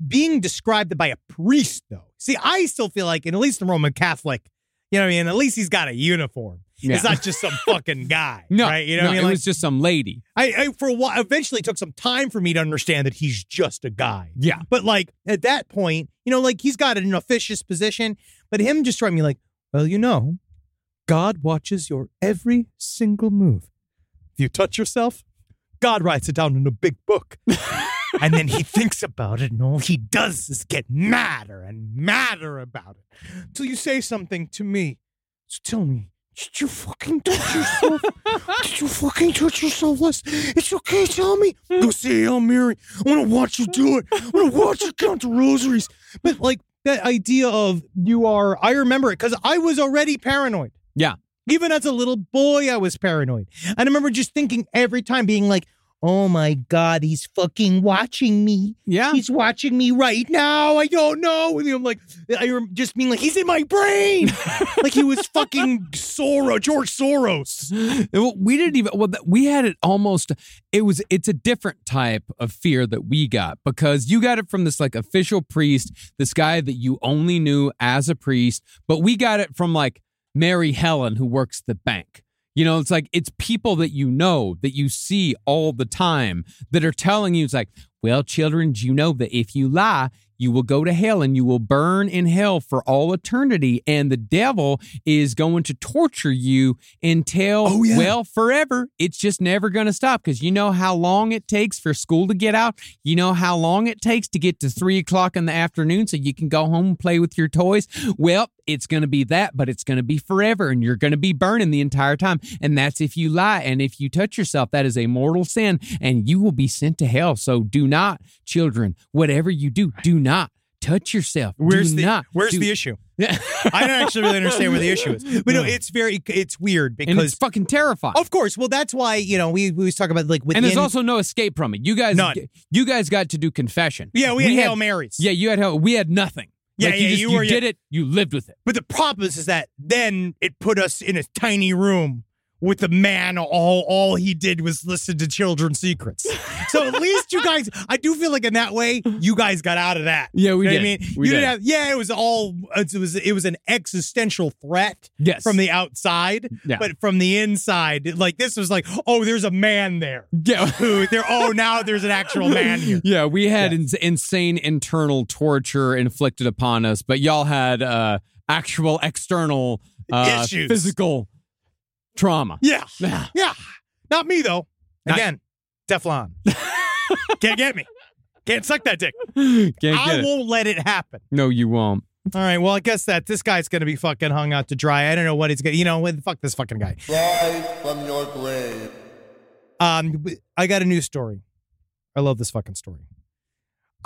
Speaker 1: being described by a priest, though. See, I still feel like, and at least the Roman Catholic, you know, what I mean, at least he's got a uniform.
Speaker 6: Yeah.
Speaker 1: It's not just some fucking guy,
Speaker 6: No,
Speaker 1: right? You know,
Speaker 6: no,
Speaker 1: what I
Speaker 6: it
Speaker 1: mean, like,
Speaker 6: was just some lady.
Speaker 1: I, I for a while eventually it took some time for me to understand that he's just a guy.
Speaker 6: Yeah.
Speaker 1: But like at that point, you know, like he's got an officious position, but him just trying to be like, well, you know, God watches your every single move. If you touch yourself, God writes it down in a big book. and then he thinks about it, and all he does is get madder and madder about it. Till you say something to me. So tell me, did you fucking touch yourself? did you fucking touch yourself less? It's okay, tell me. Go say Hail Mary. I want to watch you do it. I want to watch you count the rosaries. But like that idea of you are, I remember it because I was already paranoid.
Speaker 6: Yeah.
Speaker 1: Even as a little boy, I was paranoid. And I remember just thinking every time being like,
Speaker 2: Oh my God, he's fucking watching me.
Speaker 6: Yeah.
Speaker 2: He's watching me right now. I don't know.
Speaker 1: And I'm like, I rem- just mean like he's in my brain, like he was fucking Soros, George Soros.
Speaker 6: Well, we didn't even well th- we had it almost it was it's a different type of fear that we got because you got it from this like official priest this guy that you only knew as a priest but we got it from like mary helen who works the bank you know it's like it's people that you know that you see all the time that are telling you it's like well children do you know that if you lie you will go to hell and you will burn in hell for all eternity and the devil is going to torture you until
Speaker 1: Oh, yeah.
Speaker 6: well forever it's just never going to stop because you know how long it takes for school to get out you know how long it takes to get to three o'clock in the afternoon so you can go home and play with your toys well it's going to be that but it's going to be forever and you're going to be burning the entire time and that's if you lie and if you touch yourself that is a mortal sin and you will be sent to hell so do not children whatever you do do not touch yourself
Speaker 1: Where's
Speaker 6: do
Speaker 1: the
Speaker 6: not
Speaker 1: Where's
Speaker 6: do-
Speaker 1: the issue? I don't actually really understand where the issue is, but no,
Speaker 6: No.
Speaker 1: it's very it's weird
Speaker 6: and it's
Speaker 1: because Oh,
Speaker 6: fucking terrifying
Speaker 1: of course, well that's why you know we we always talk about like within
Speaker 6: and there's also no escape from it. You guys,
Speaker 1: None.
Speaker 6: you guys got to do confession.
Speaker 1: yeah we, had
Speaker 6: had-
Speaker 1: Hail Marys
Speaker 6: Yeah, you had hell. We had nothing.
Speaker 1: Yeah,
Speaker 6: Like,
Speaker 1: yeah,
Speaker 6: you, just,
Speaker 1: you
Speaker 6: you,
Speaker 1: were-
Speaker 6: did it. You lived with it.
Speaker 1: But the problem is, is that then it put us in a tiny room with the man. All all he did was listen to children's secrets. so at least you guys, I do feel like in that way, you guys got out of that.
Speaker 6: Yeah, we
Speaker 1: You know what
Speaker 6: did.
Speaker 1: I mean,
Speaker 6: We
Speaker 1: you
Speaker 6: did.
Speaker 1: didn't have. Yeah, it was all. It was it was an existential threat
Speaker 6: Yes,
Speaker 1: from the outside,
Speaker 6: Yeah.
Speaker 1: but from the inside, like this was like, oh, there's a man there.
Speaker 6: yeah.
Speaker 1: Who there? Oh, now there's an actual man here.
Speaker 6: Yeah, we had ins- insane internal torture inflicted upon us, but y'all had uh, actual external uh,
Speaker 1: Issues.
Speaker 6: physical trauma.
Speaker 1: Yeah.
Speaker 6: Yeah.
Speaker 1: Yeah. Not me though.
Speaker 6: Not-
Speaker 1: Again, Teflon. Can't get me. Can't suck that dick.
Speaker 6: Can't get
Speaker 1: I
Speaker 6: it.
Speaker 1: won't let it happen.
Speaker 6: No, you won't.
Speaker 1: All right. Well, I guess that this guy's gonna be fucking hung out to dry. I don't know what he's gonna. You know, what? fuck this fucking guy.
Speaker 3: Fly from your grave.
Speaker 1: Um, I got a new story. I love this fucking story.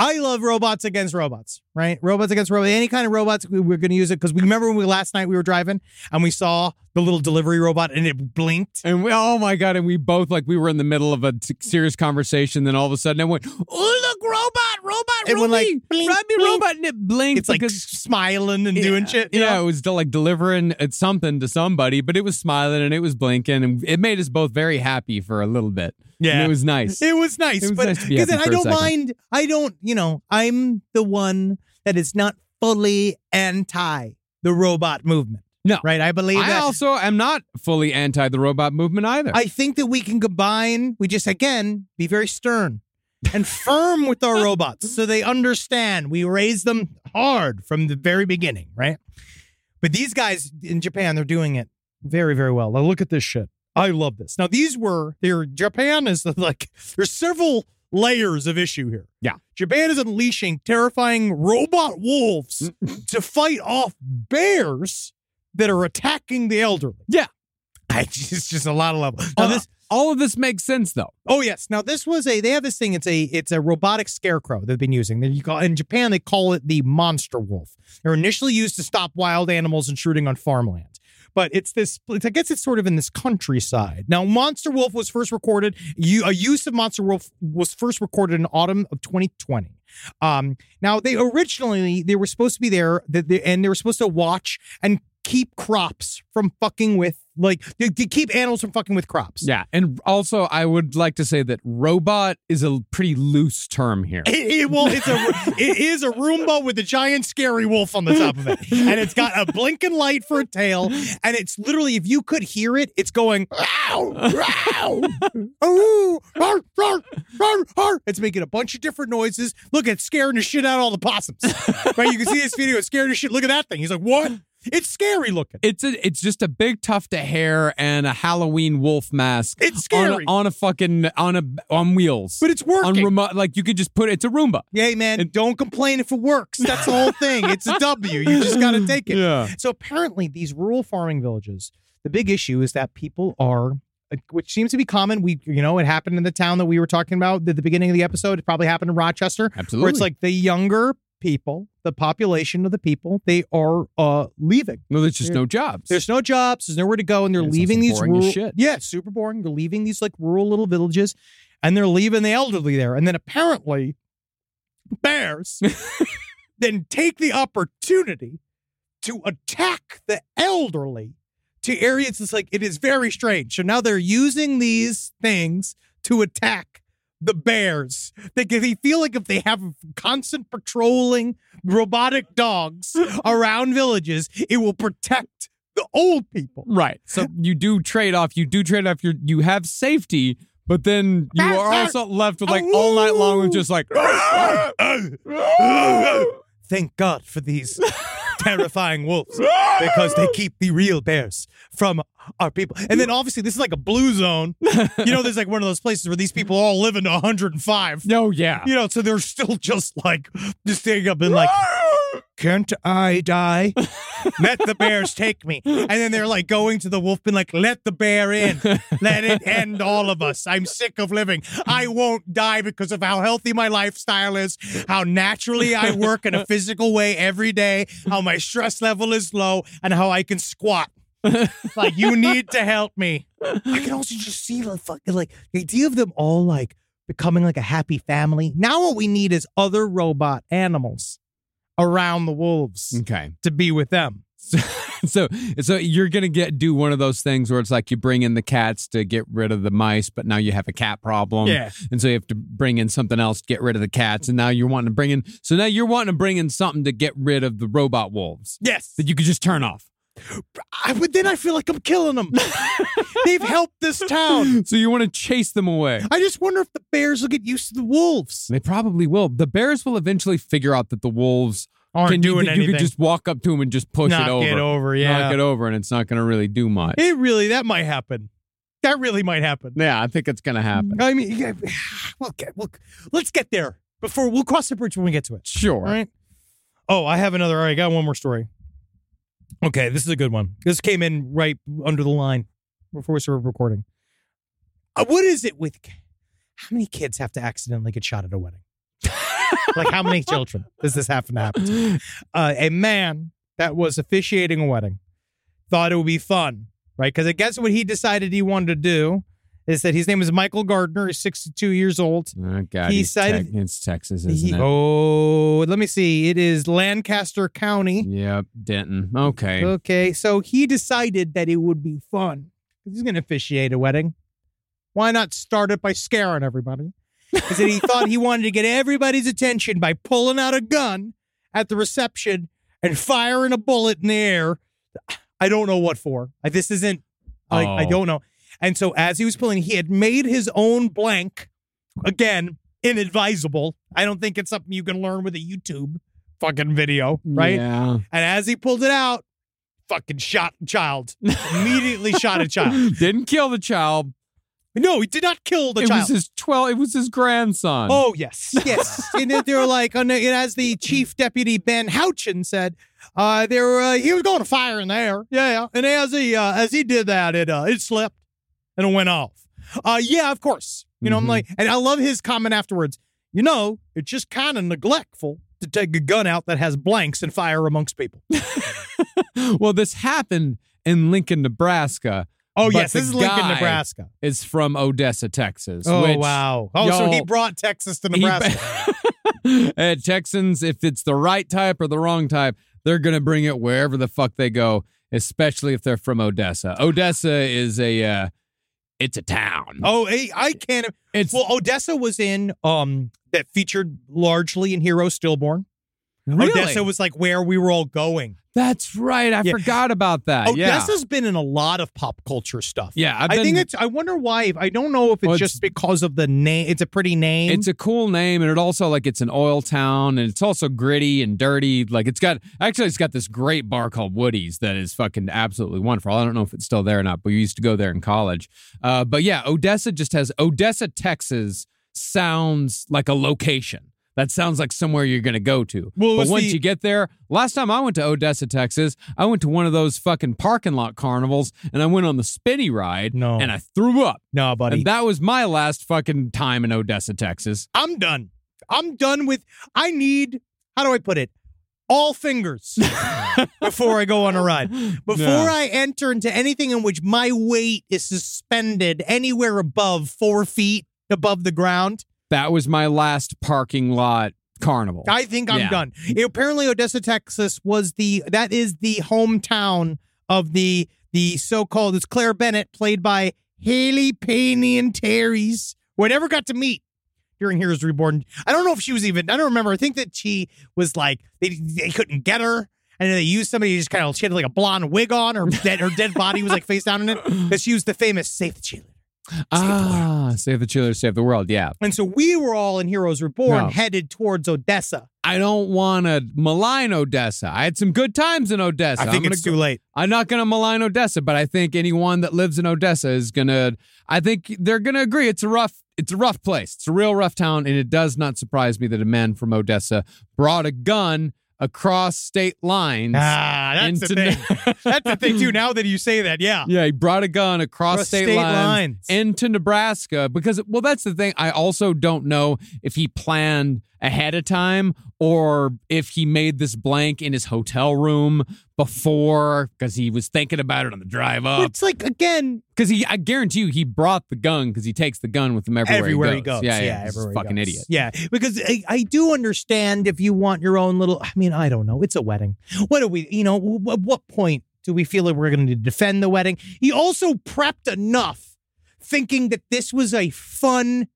Speaker 1: I love robots against robots, right? Robots against robots. Any kind of robots, we, we're going to use it because we remember when we last night we were driving and we saw the little delivery robot and it blinked.
Speaker 6: And we, oh my god! And we both like we were in the middle of a t- serious conversation. Then all of a sudden, I went, "Oh look, robot, robot,
Speaker 1: It went like,
Speaker 6: Ruby,
Speaker 1: blink,
Speaker 6: Ruby,
Speaker 1: blink.
Speaker 6: robot," and it blinked.
Speaker 1: It's like smiling and doing shit. you
Speaker 6: Yeah,
Speaker 1: know?
Speaker 6: it was de- like delivering uh, something to somebody, but it was smiling and it was blinking, and it made us both very happy for a little bit. and
Speaker 1: Yeah.
Speaker 6: it was nice.
Speaker 1: It was nice,
Speaker 6: It was
Speaker 1: but
Speaker 6: nice to be
Speaker 1: because then
Speaker 6: happy
Speaker 1: I
Speaker 6: for a
Speaker 1: don't
Speaker 6: second.
Speaker 1: mind. I don't, you know, I'm the one that is not fully anti the robot movement.
Speaker 6: No.
Speaker 1: right? I believe
Speaker 6: I
Speaker 1: that.
Speaker 6: also am not fully anti the robot movement either.
Speaker 1: I think that we can combine. We just again be very stern and firm with our robots, so they understand. We raise them hard from the very beginning, right? But these guys in Japan, they're doing it very, very well. Now look at this shit. I love this. Now these were their Japan is like there's several layers of issue here.
Speaker 6: Yeah.
Speaker 1: Japan is unleashing terrifying robot wolves to fight off bears that are attacking the elderly.
Speaker 6: Yeah. Uh,
Speaker 1: I, it's just a lot of level. Now
Speaker 6: all,
Speaker 1: this
Speaker 6: this, all of this makes sense though.
Speaker 1: Oh yes. Now this was a they have this thing. It's a it's a robotic scarecrow they've been using. That you call in Japan they call it the monster wolf. They're initially used to stop wild animals intruding on farmland. But it's this. It's, I guess it's sort of in this countryside. Now, Monster Wolf was first recorded. You, a use of Monster Wolf was first recorded in autumn of 2020. Um, now, they originally they were supposed to be there, that they- and they were supposed to watch and keep crops from fucking with, like, to to keep animals from fucking with crops.
Speaker 6: Yeah, and also I would like to say that robot is a pretty loose term here.
Speaker 1: It, it- well, it's a it is a Roomba with a giant scary wolf on the top of it, and it's got a blinking light for a tail, and it's literally if you could hear it, it's going. "Ow, ow, ooh, rar, rar, rar, rar." It's making a bunch of different noises. Look, it's scaring the shit out of all the possums. Right? You can see this video. It's scaring the shit. Look at that thing. He's like, what? It's scary looking.
Speaker 6: It's a, it's just a big tuft of hair and a Halloween wolf mask.
Speaker 1: It's
Speaker 6: on a-
Speaker 1: scary.
Speaker 6: on a, fucking on a on wheels.
Speaker 1: But it's working.
Speaker 6: on remote. Like you could just put it's a Roomba.
Speaker 1: Yay, man. don't complain if it works. That's the whole thing. It's a W. You just got to take it.
Speaker 6: Yeah.
Speaker 1: So apparently, these rural farming villages, the big issue is that people are, which seems to be common. We, you know, it happened in the town that we were talking about at the beginning of the episode. It probably happened in Rochester,
Speaker 6: Absolutely.
Speaker 1: where it's like the younger people, the population of the people, they are uh leaving.
Speaker 6: no, there's just no jobs.
Speaker 1: There's no jobs. There's nowhere to go, and they're
Speaker 6: Yeah, it sounds
Speaker 1: leaving these
Speaker 6: boring as
Speaker 1: rural.
Speaker 6: shit.
Speaker 1: Yeah, it's super boring. They're leaving these like rural little villages, and they're leaving the elderly there. And then apparently, bears then take the opportunity to attack the elderly to areas. It's like it is very strange. So now they're using these things to attack the bears. They, they feel like if they have constant patrolling robotic dogs around villages, it will protect the old people.
Speaker 6: Right. So you do trade off. You do trade off. You you have safety, but then you are also left with like all night long with just like.
Speaker 1: Thank God for these terrifying wolves because they keep the real bears from our people. And then obviously this is like a blue zone. You know, there's like one of those places where these people all live in 105.
Speaker 6: No. Yeah.
Speaker 1: You know, so they're still just like just staying up and like, can't I die? Let the bears take me. And then they're like going to the wolf bin, like, let the bear in. Let it end all of us. I'm sick of living. I won't die because of how healthy my lifestyle is, how naturally I work in a physical way every day, how my stress level is low, and how I can squat. like, you need to help me. I can also just see the fucking like the idea of them all like becoming like a happy family. Now what we need is other robot animals around the wolves
Speaker 6: Okay.
Speaker 1: to be with them.
Speaker 6: So so you're gonna get do one of those things where it's like you bring in the cats to get rid of the mice, but now you have a cat problem.
Speaker 1: Yeah.
Speaker 6: And so you have to bring in something else to get rid of the cats, and now you're wanting to bring in so now you're wanting to bring in something to get rid of the robot wolves
Speaker 1: Yes.
Speaker 6: that you could just turn off.
Speaker 1: I, but then I feel like I'm killing them. They've helped this town.
Speaker 6: So you want to chase them away.
Speaker 1: I just wonder if the bears will get used to the wolves.
Speaker 6: They probably will. The bears will eventually figure out that the wolves
Speaker 1: Aren't
Speaker 6: can,
Speaker 1: doing
Speaker 6: you, You
Speaker 1: anything.
Speaker 6: could just walk up to them and just push
Speaker 1: Knock
Speaker 6: it over.
Speaker 1: it over, yeah.
Speaker 6: Knock it over, and it's not going to really do much.
Speaker 1: It really, that might happen. That really might happen.
Speaker 6: yeah, I think it's going to happen.
Speaker 1: I mean, yeah, we'll get, we'll, let's get there before we'll cross the bridge when we get to it.
Speaker 6: Sure.
Speaker 1: All right. Oh, I have another. All right, I got one more story. Okay, this is a good one. This came in right under the line before we started recording. Uh, what is it with how many kids have to accidentally get shot at a wedding? like, how many children does this happen to happen to?
Speaker 6: Oh,
Speaker 1: Uh, a man that was officiating a wedding thought it would be fun, right? Because I guess what he decided he wanted to do is that his name is Michael Gardner. He's 62 years old.
Speaker 6: Oh, God.
Speaker 1: He
Speaker 6: he's
Speaker 1: cited-
Speaker 6: Tex- it's Texas, isn't
Speaker 1: He-
Speaker 6: it?
Speaker 1: oh, let me see. It is Lancaster County.
Speaker 6: Yep, Denton. Okay.
Speaker 1: Okay, so he decided that it would be fun. He's going to officiate a wedding. Why not start it by scaring everybody? He said he thought he wanted to get everybody's attention by pulling out a gun at the reception and firing a bullet in the air. I don't know what for. Like, this isn't, like, I
Speaker 6: Oh.
Speaker 1: don't know. And so as he was pulling, he had made his own blank. Again, inadvisable. I don't think it's something you can learn with a YouTube fucking video, right?
Speaker 6: Yeah.
Speaker 1: And as he pulled it out, fucking shot a child. Immediately shot a child.
Speaker 6: Didn't kill the child.
Speaker 1: No, he did not kill the
Speaker 6: it
Speaker 1: child.
Speaker 6: was his twelve. It was his grandson.
Speaker 1: oh, yes. Yes. and then they were like, and as the chief deputy Ben Houchin said, uh, they were, uh, he was going to fire in the air. Yeah, yeah. And as he uh, as he did that, it uh, it slipped and it went off. Uh, yeah, of course. You know, I'm
Speaker 6: Mhm.
Speaker 1: like, and I love his comment afterwards. You know, it's just kind of neglectful to take a gun out that has blanks and fire amongst people.
Speaker 6: well, this happened in Lincoln, Nebraska.
Speaker 1: Oh
Speaker 6: But
Speaker 1: yes,
Speaker 6: the
Speaker 1: this is Lincoln,
Speaker 6: guy-
Speaker 1: Nebraska.
Speaker 6: It's from Odessa, Texas.
Speaker 1: Oh
Speaker 6: which-
Speaker 1: wow! Oh, so he
Speaker 6: y'all-
Speaker 1: brought Texas to
Speaker 6: He-
Speaker 1: Nebraska.
Speaker 6: Uh, Texans, if it's the right type or the wrong type, they're going to bring it wherever the fuck they go, especially if they're from Odessa. Odessa is a, uh, it's a town.
Speaker 1: oh, hey, I can't.
Speaker 6: it's
Speaker 1: Well, Odessa was in um that featured largely in Hero Stillborn.
Speaker 6: really?
Speaker 1: Odessa was like where we were all going.
Speaker 6: That's right. I
Speaker 1: Yeah.
Speaker 6: forgot about that. Uh, yeah.
Speaker 1: Odessa's been in a lot of pop culture stuff.
Speaker 6: Yeah, I've
Speaker 1: I
Speaker 6: been-
Speaker 1: think it's. I wonder why. If, I don't know if it's
Speaker 6: Well, it's-
Speaker 1: just because of the name. It's a pretty name.
Speaker 6: It's a cool name, and it also like it's an oil town, and it's also gritty and dirty. Like it's got actually, it's got this great bar called Woody's that is fucking absolutely wonderful. I don't know if it's still there or not, but we used to go there in college. Uh, but yeah, Odessa just has Odessa, Texas sounds like a location. That sounds like somewhere you're gonna go to.
Speaker 1: Well, it
Speaker 6: but
Speaker 1: was
Speaker 6: once
Speaker 1: the-
Speaker 6: you get there, last time I went to Odessa, Texas, I went to one of those fucking parking lot carnivals, and I went on the spinny ride,
Speaker 1: No.
Speaker 6: and I threw up.
Speaker 1: no, buddy.
Speaker 6: And that was my last fucking time in Odessa, Texas.
Speaker 1: I'm done. I'm done with. I need. How do I put it? All fingers before I go on a ride. Before
Speaker 6: Yeah.
Speaker 1: I enter into anything in which my weight is suspended anywhere above four feet above the ground.
Speaker 6: That was my last parking lot carnival.
Speaker 1: I think I'm
Speaker 6: Yeah.
Speaker 1: done. Apparently, Odessa, Texas was the that is the hometown of the the so-called it's Claire Bennett, played by Haley Paney and Terry's. who I never got to meet during Heroes Reborn. I don't know if she was even. I don't remember. I think that she was like they they couldn't get her. And then they used somebody who just kind of she had like a blonde wig on, her dead her dead body was like face down in it. Because she was the famous "Save the Children."
Speaker 6: ah, save the children, save the world. Yeah.
Speaker 1: And so we were all in Heroes Reborn,
Speaker 6: No.
Speaker 1: headed towards Odessa.
Speaker 6: I don't want to malign Odessa. I had some good times in Odessa.
Speaker 1: I think
Speaker 6: I'm
Speaker 1: it's
Speaker 6: gonna
Speaker 1: too late.
Speaker 6: I'm not going to malign Odessa, but I think anyone that lives in Odessa is going to I think they're going to agree it's a rough it's a rough place. It's a real rough town and it does not surprise me that a man from Odessa brought a gun across state lines.
Speaker 1: Ah, that's the
Speaker 6: into-
Speaker 1: thing. that's the thing too. Now that you say that, yeah,
Speaker 6: Yeah, he brought a gun across,
Speaker 1: Across
Speaker 6: state,
Speaker 1: state
Speaker 6: lines,
Speaker 1: lines.
Speaker 6: into Nebraska because well that's the thing. I also don't know if he planned ahead of time or if he made this blank in his hotel room before because he was thinking about it on the drive
Speaker 1: But
Speaker 6: up.
Speaker 1: it's like again,
Speaker 6: Because he I guarantee you he brought the gun because he takes the gun with him everywhere,
Speaker 1: everywhere
Speaker 6: he goes. Yeah, yeah, he's a
Speaker 1: everywhere he
Speaker 6: fucking
Speaker 1: goes.
Speaker 6: idiot.
Speaker 1: Yeah, because I, I do understand if you want your own little. I mean, I don't know. It's a wedding. What do we? You know, wh- at what point do we feel that we're going to defend the wedding? He also prepped enough, thinking that this was a fun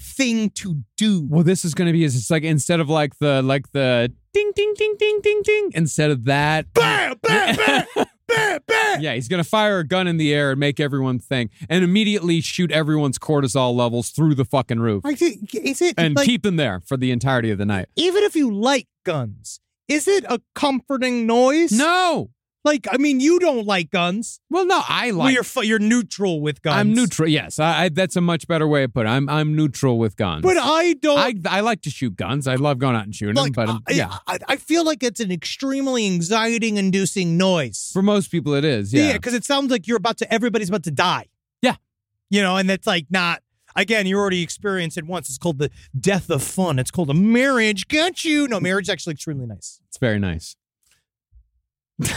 Speaker 1: thing to do.
Speaker 6: Well, this is going to be it's like instead of like the like the ding ding ding ding ding ding instead of that
Speaker 1: Bam, bam, bam, bam, bam.
Speaker 6: Yeah, he's going to fire a gun in the air and make everyone think and immediately shoot everyone's cortisol levels through the fucking roof
Speaker 1: I think is it
Speaker 6: and
Speaker 1: like,
Speaker 6: keep them there for the entirety of the night.
Speaker 1: even if you like guns, is it a comforting noise?
Speaker 6: No.
Speaker 1: Like, I mean, you don't like guns.
Speaker 6: Well, no, I
Speaker 1: well,
Speaker 6: like
Speaker 1: you're fu- you're neutral with guns.
Speaker 6: I'm neutral. Yes, I, I that's a much better way of putting. It. I'm I'm neutral with guns.
Speaker 1: but I don't.
Speaker 6: I I like to shoot guns. I love going out and shooting
Speaker 1: like, uh,
Speaker 6: them, but um,
Speaker 1: I,
Speaker 6: yeah.
Speaker 1: I, I feel like it's an extremely anxiety-inducing noise.
Speaker 6: For most people it is. Yeah.
Speaker 1: because it sounds like you're about to. Everybody's about to die.
Speaker 6: Yeah.
Speaker 1: you know, and that's like not. Again, you already experienced it once. It's called the death of fun. It's called a marriage. Got you? No, marriage is actually extremely nice.
Speaker 6: It's very nice.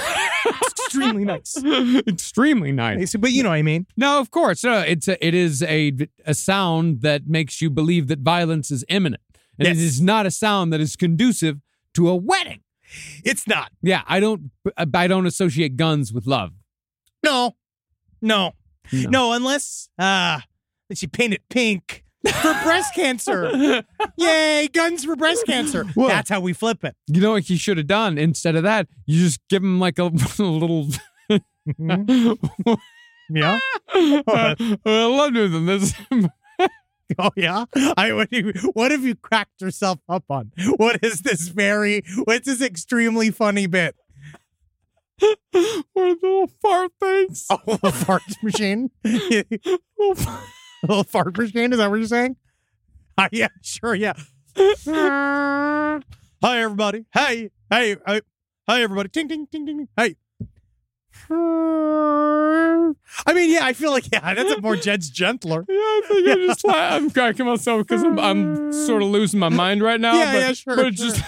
Speaker 1: Extremely nice.
Speaker 6: Extremely nice.
Speaker 1: But you know what I mean.
Speaker 6: No, of course. No, it's a, it is a a sound that makes you believe that violence is imminent, and
Speaker 1: Yes.
Speaker 6: it is not a sound that is conducive to a wedding.
Speaker 1: It's not.
Speaker 6: Yeah, I don't I don't associate guns with love.
Speaker 1: No. No.
Speaker 6: No.
Speaker 1: No, unless uh that she painted pink for breast cancer. Yay, guns for breast cancer.
Speaker 6: Well-
Speaker 1: That's how we flip it.
Speaker 6: You know what you should have done instead of that? You just give him like a, little.
Speaker 1: Yeah.
Speaker 6: I love doing this.
Speaker 1: Oh yeah. I what, do you, what have you cracked yourself up on? What is this very? What's this extremely funny bit?
Speaker 6: One of the little fart things.
Speaker 1: Oh, a fart machine. little fart machine. Is that what you're saying? Uh, yeah, sure, yeah. Hi, everybody. Hey, hey, hey, hey, everybody. Ting, ting, ting, ting. ting. Hey. I mean, yeah, I feel like yeah, that's a more Jed's gentler.
Speaker 6: Yeah, I think I just la- I'm cracking myself because I'm, I'm sort of losing my mind right now.
Speaker 1: Yeah,
Speaker 6: but,
Speaker 1: yeah, sure,
Speaker 6: But it's
Speaker 1: sure.
Speaker 6: just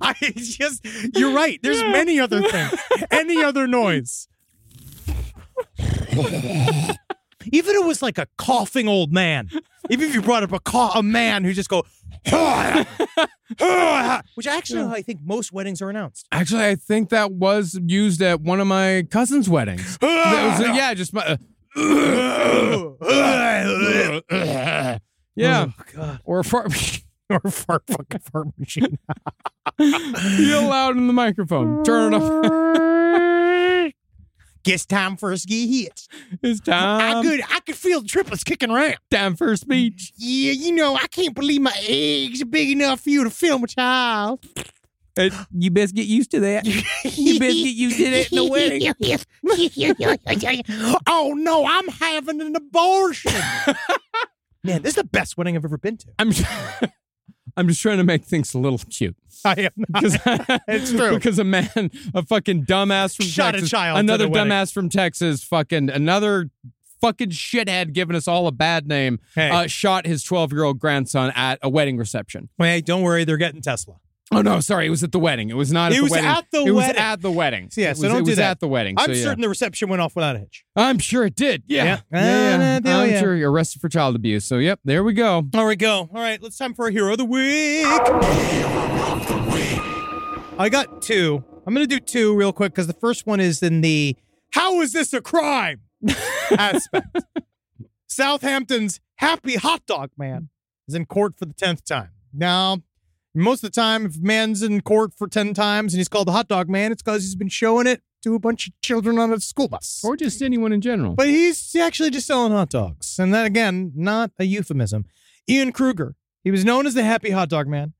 Speaker 1: I it's just you're right. There's
Speaker 6: Yeah.
Speaker 1: many other things. Any other noise. Even if it was like a coughing old man. Even if you brought up a cough, a man who just go which actually I think most weddings are announced.
Speaker 6: actually, I think that was used at one of my cousin's weddings. That was, uh, yeah, just my. uh, yeah,
Speaker 1: Oh, God.
Speaker 6: or a fart.
Speaker 1: Or a fart fucking fart machine.
Speaker 6: Feel loud in the microphone. Turn it off.
Speaker 1: Guess time for a ski hit.
Speaker 6: It's time.
Speaker 1: I could I could feel the triplets kicking around.
Speaker 6: Um, Time for speech.
Speaker 1: Yeah, you know, I can't believe my eggs are big enough for you to film a child.
Speaker 6: you best get used to that. you best get used to that in the wedding.
Speaker 1: oh no, I'm having an abortion. Man, this is the best wedding I've ever been to.
Speaker 6: I'm. I'm just trying to make things a little cute.
Speaker 1: I am
Speaker 6: Because
Speaker 1: It's true.
Speaker 6: Because a man, a fucking dumbass from
Speaker 1: Shot a
Speaker 6: Texas,
Speaker 1: child to
Speaker 6: another
Speaker 1: the wedding.
Speaker 6: dumbass from Texas, fucking another fucking shithead giving us all a bad name,
Speaker 1: Hey.
Speaker 6: uh, shot his twelve year old grandson at a wedding reception.
Speaker 1: Hey, don't worry, they're getting Tesla.
Speaker 6: Oh no, sorry, it was at the wedding. It was not. At
Speaker 1: It
Speaker 6: the
Speaker 1: was
Speaker 6: wedding.
Speaker 1: at the
Speaker 6: It was
Speaker 1: wedding.
Speaker 6: at the wedding.
Speaker 1: Yeah,
Speaker 6: It
Speaker 1: so don't
Speaker 6: was, it
Speaker 1: do
Speaker 6: was
Speaker 1: that.
Speaker 6: at the wedding.
Speaker 1: I'm
Speaker 6: so, yeah.
Speaker 1: certain the reception went off without a hitch.
Speaker 6: I'm sure it did. Yeah.
Speaker 1: Yeah. Ah,
Speaker 6: yeah.
Speaker 1: there
Speaker 6: I'm
Speaker 1: we are.
Speaker 6: sure you're arrested for child abuse. So, yep, there we go.
Speaker 1: All right, go. All right, let's time for a hero of the week. I got two. I'm gonna do two real quick because the first one is in the "How is this a crime?" aspect. Southampton's Happy Hot Dog Man is in court for the tenth time. Now, most of the time, if a man's in court for ten times and he's called the Hot Dog Man, it's because he's been showing it to a bunch of children on a school bus.
Speaker 6: Or just anyone in general.
Speaker 1: But he's actually just selling hot dogs. And that, again, not a euphemism. Ian Kruger. He was known as the happy hot dog man.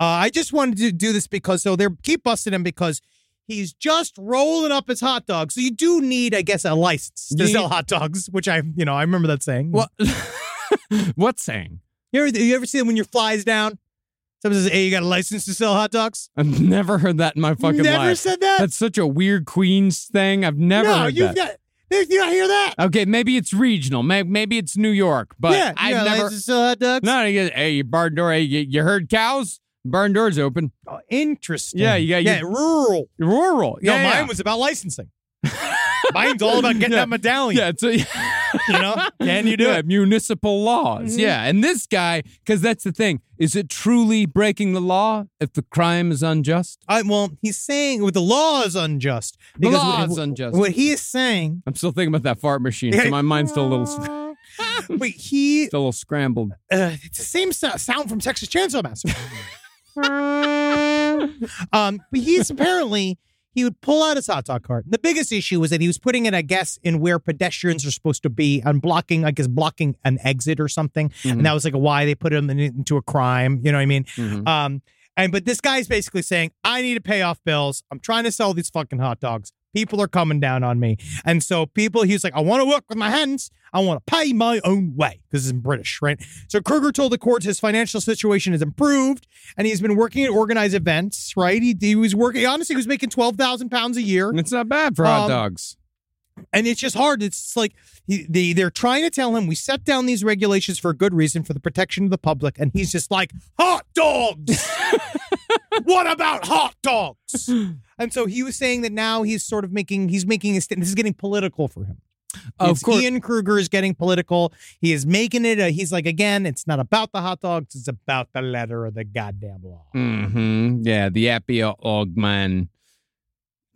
Speaker 1: Uh, I just wanted to do this because, so they are keep busting him because he's just rolling up his hot dogs. So you do need, I guess, a license to
Speaker 6: You-
Speaker 1: sell hot dogs, which I, you know, I remember that saying.
Speaker 6: what? what saying?
Speaker 1: you ever, you ever see them when your flies down? Someone says, hey, you got a license to sell hot dogs?
Speaker 6: I've never heard that in my fucking
Speaker 1: never
Speaker 6: life.
Speaker 1: said that?
Speaker 6: That's such a weird Queens thing. I've never
Speaker 1: no,
Speaker 6: heard
Speaker 1: you've
Speaker 6: that.
Speaker 1: not, you not hear that.
Speaker 6: okay, maybe it's regional. May- Maybe it's New York, but
Speaker 1: yeah, you got
Speaker 6: I've
Speaker 1: a
Speaker 6: never.
Speaker 1: license to sell hot dogs?
Speaker 6: No, you, hey, your barn door. Hey, you, you heard cows? Barn door's open.
Speaker 1: Oh, interesting.
Speaker 6: Yeah, you got
Speaker 1: yeah,
Speaker 6: your-
Speaker 1: rural.
Speaker 6: Rural.
Speaker 1: No,
Speaker 6: yeah,
Speaker 1: mine
Speaker 6: yeah.
Speaker 1: was about licensing. Mine's all about getting
Speaker 6: Yeah.
Speaker 1: that medallion.
Speaker 6: Yeah, it's a,
Speaker 1: You know? Can you do
Speaker 6: Yeah, Mm-hmm.
Speaker 1: it?
Speaker 6: Municipal laws. Yeah. And this guy, because that's the thing, is it truly breaking the law if the crime is unjust?
Speaker 1: I, well, he's saying well, the law is unjust.
Speaker 6: The
Speaker 1: because
Speaker 6: law
Speaker 1: what-
Speaker 6: is unjust.
Speaker 1: What he is saying,
Speaker 6: I'm still thinking about that fart machine, so my mind's still a little, still
Speaker 1: wait, he,
Speaker 6: a little scrambled.
Speaker 1: uh, it's the same so- sound from Texas Chainsaw Massacre.
Speaker 6: Mm-hmm.
Speaker 1: um, but he's apparently, he would pull out his hot dog cart. The biggest issue was that he was putting it, I guess, in where pedestrians are supposed to be and blocking, I guess, blocking an exit or something.
Speaker 6: Mm-hmm.
Speaker 1: And that was like why they put him in, into a crime. You know what I mean?
Speaker 6: Mhm.
Speaker 1: Um, and but this guy's basically saying, I need to pay off bills. I'm trying to sell these fucking hot dogs. People are coming down on me. And so people, he's like, I want to work with my hands. I want to pay my own way. Because it's in British, right? So Kruger told the courts his financial situation has improved and he's been working at organized events, right? He, he was working, honestly, he was making 12,000 pounds a year
Speaker 6: It's not bad for hot
Speaker 1: Um,
Speaker 6: dogs.
Speaker 1: and it's just hard. It's like he, they they're trying to tell him we set down these regulations for a good reason for the protection of the public, and he's just like hot dogs. what about hot dogs? And so he was saying that now he's sort of making he's making a stand. This is getting political for him.
Speaker 6: Of
Speaker 1: It's
Speaker 6: course.
Speaker 1: Ian Kruger is getting political. He is making it. A, he's like again, it's not about the hot dogs. It's about the letter of the goddamn law.
Speaker 6: Mm-hmm. Yeah, the appy og man.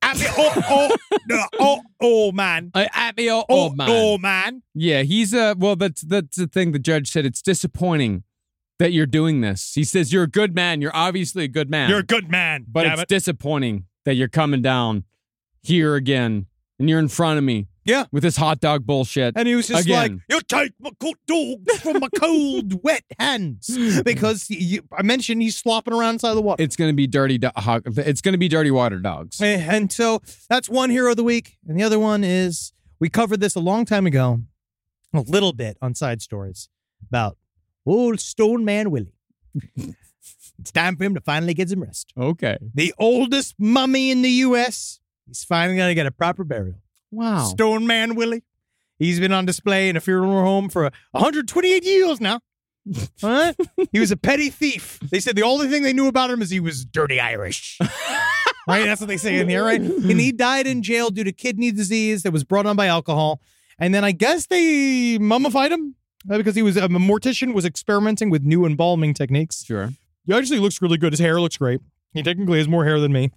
Speaker 1: I mean, oh, oh, no, oh, oh, man,
Speaker 6: Uh, appy og
Speaker 1: oh,
Speaker 6: man.
Speaker 1: oh, man.
Speaker 6: Yeah, he's uh well that's that's the thing the judge said it's disappointing that you're doing this. He says you're a good man, you're obviously a good man.
Speaker 1: You're a good man,
Speaker 6: but
Speaker 1: damn
Speaker 6: it's
Speaker 1: it.
Speaker 6: disappointing that you're coming down here again and you're in front of me.
Speaker 1: Yeah.
Speaker 6: With this hot dog bullshit.
Speaker 1: And he was just like,
Speaker 6: Again.
Speaker 1: "You take my cold dogs from my cold, wet hands," because you, I mentioned he's slopping around inside the water.
Speaker 6: it's going to be dirty do- hot, it's going to be dirty water dogs.
Speaker 1: And and so that's one hero of the week, and the other one is we covered this a long time ago, a little bit on side stories about old Stone Man Willie. it's time for him to finally get some rest.
Speaker 6: Okay.
Speaker 1: The oldest mummy in the U.S. He's finally gonna get a proper burial.
Speaker 6: Wow.
Speaker 1: Stone Man Willie. He's been on display in a funeral home for 128 years now. Huh? he was a petty thief. They said the only thing they knew about him is he was dirty Irish. right? That's what they say in here, right? And he died in jail due to kidney disease that was brought on by alcohol. And then I guess they mummified him uh, because he was a mortician was experimenting with new embalming techniques.
Speaker 6: sure.
Speaker 1: He actually looks really good. His hair looks great. He technically has more hair than me.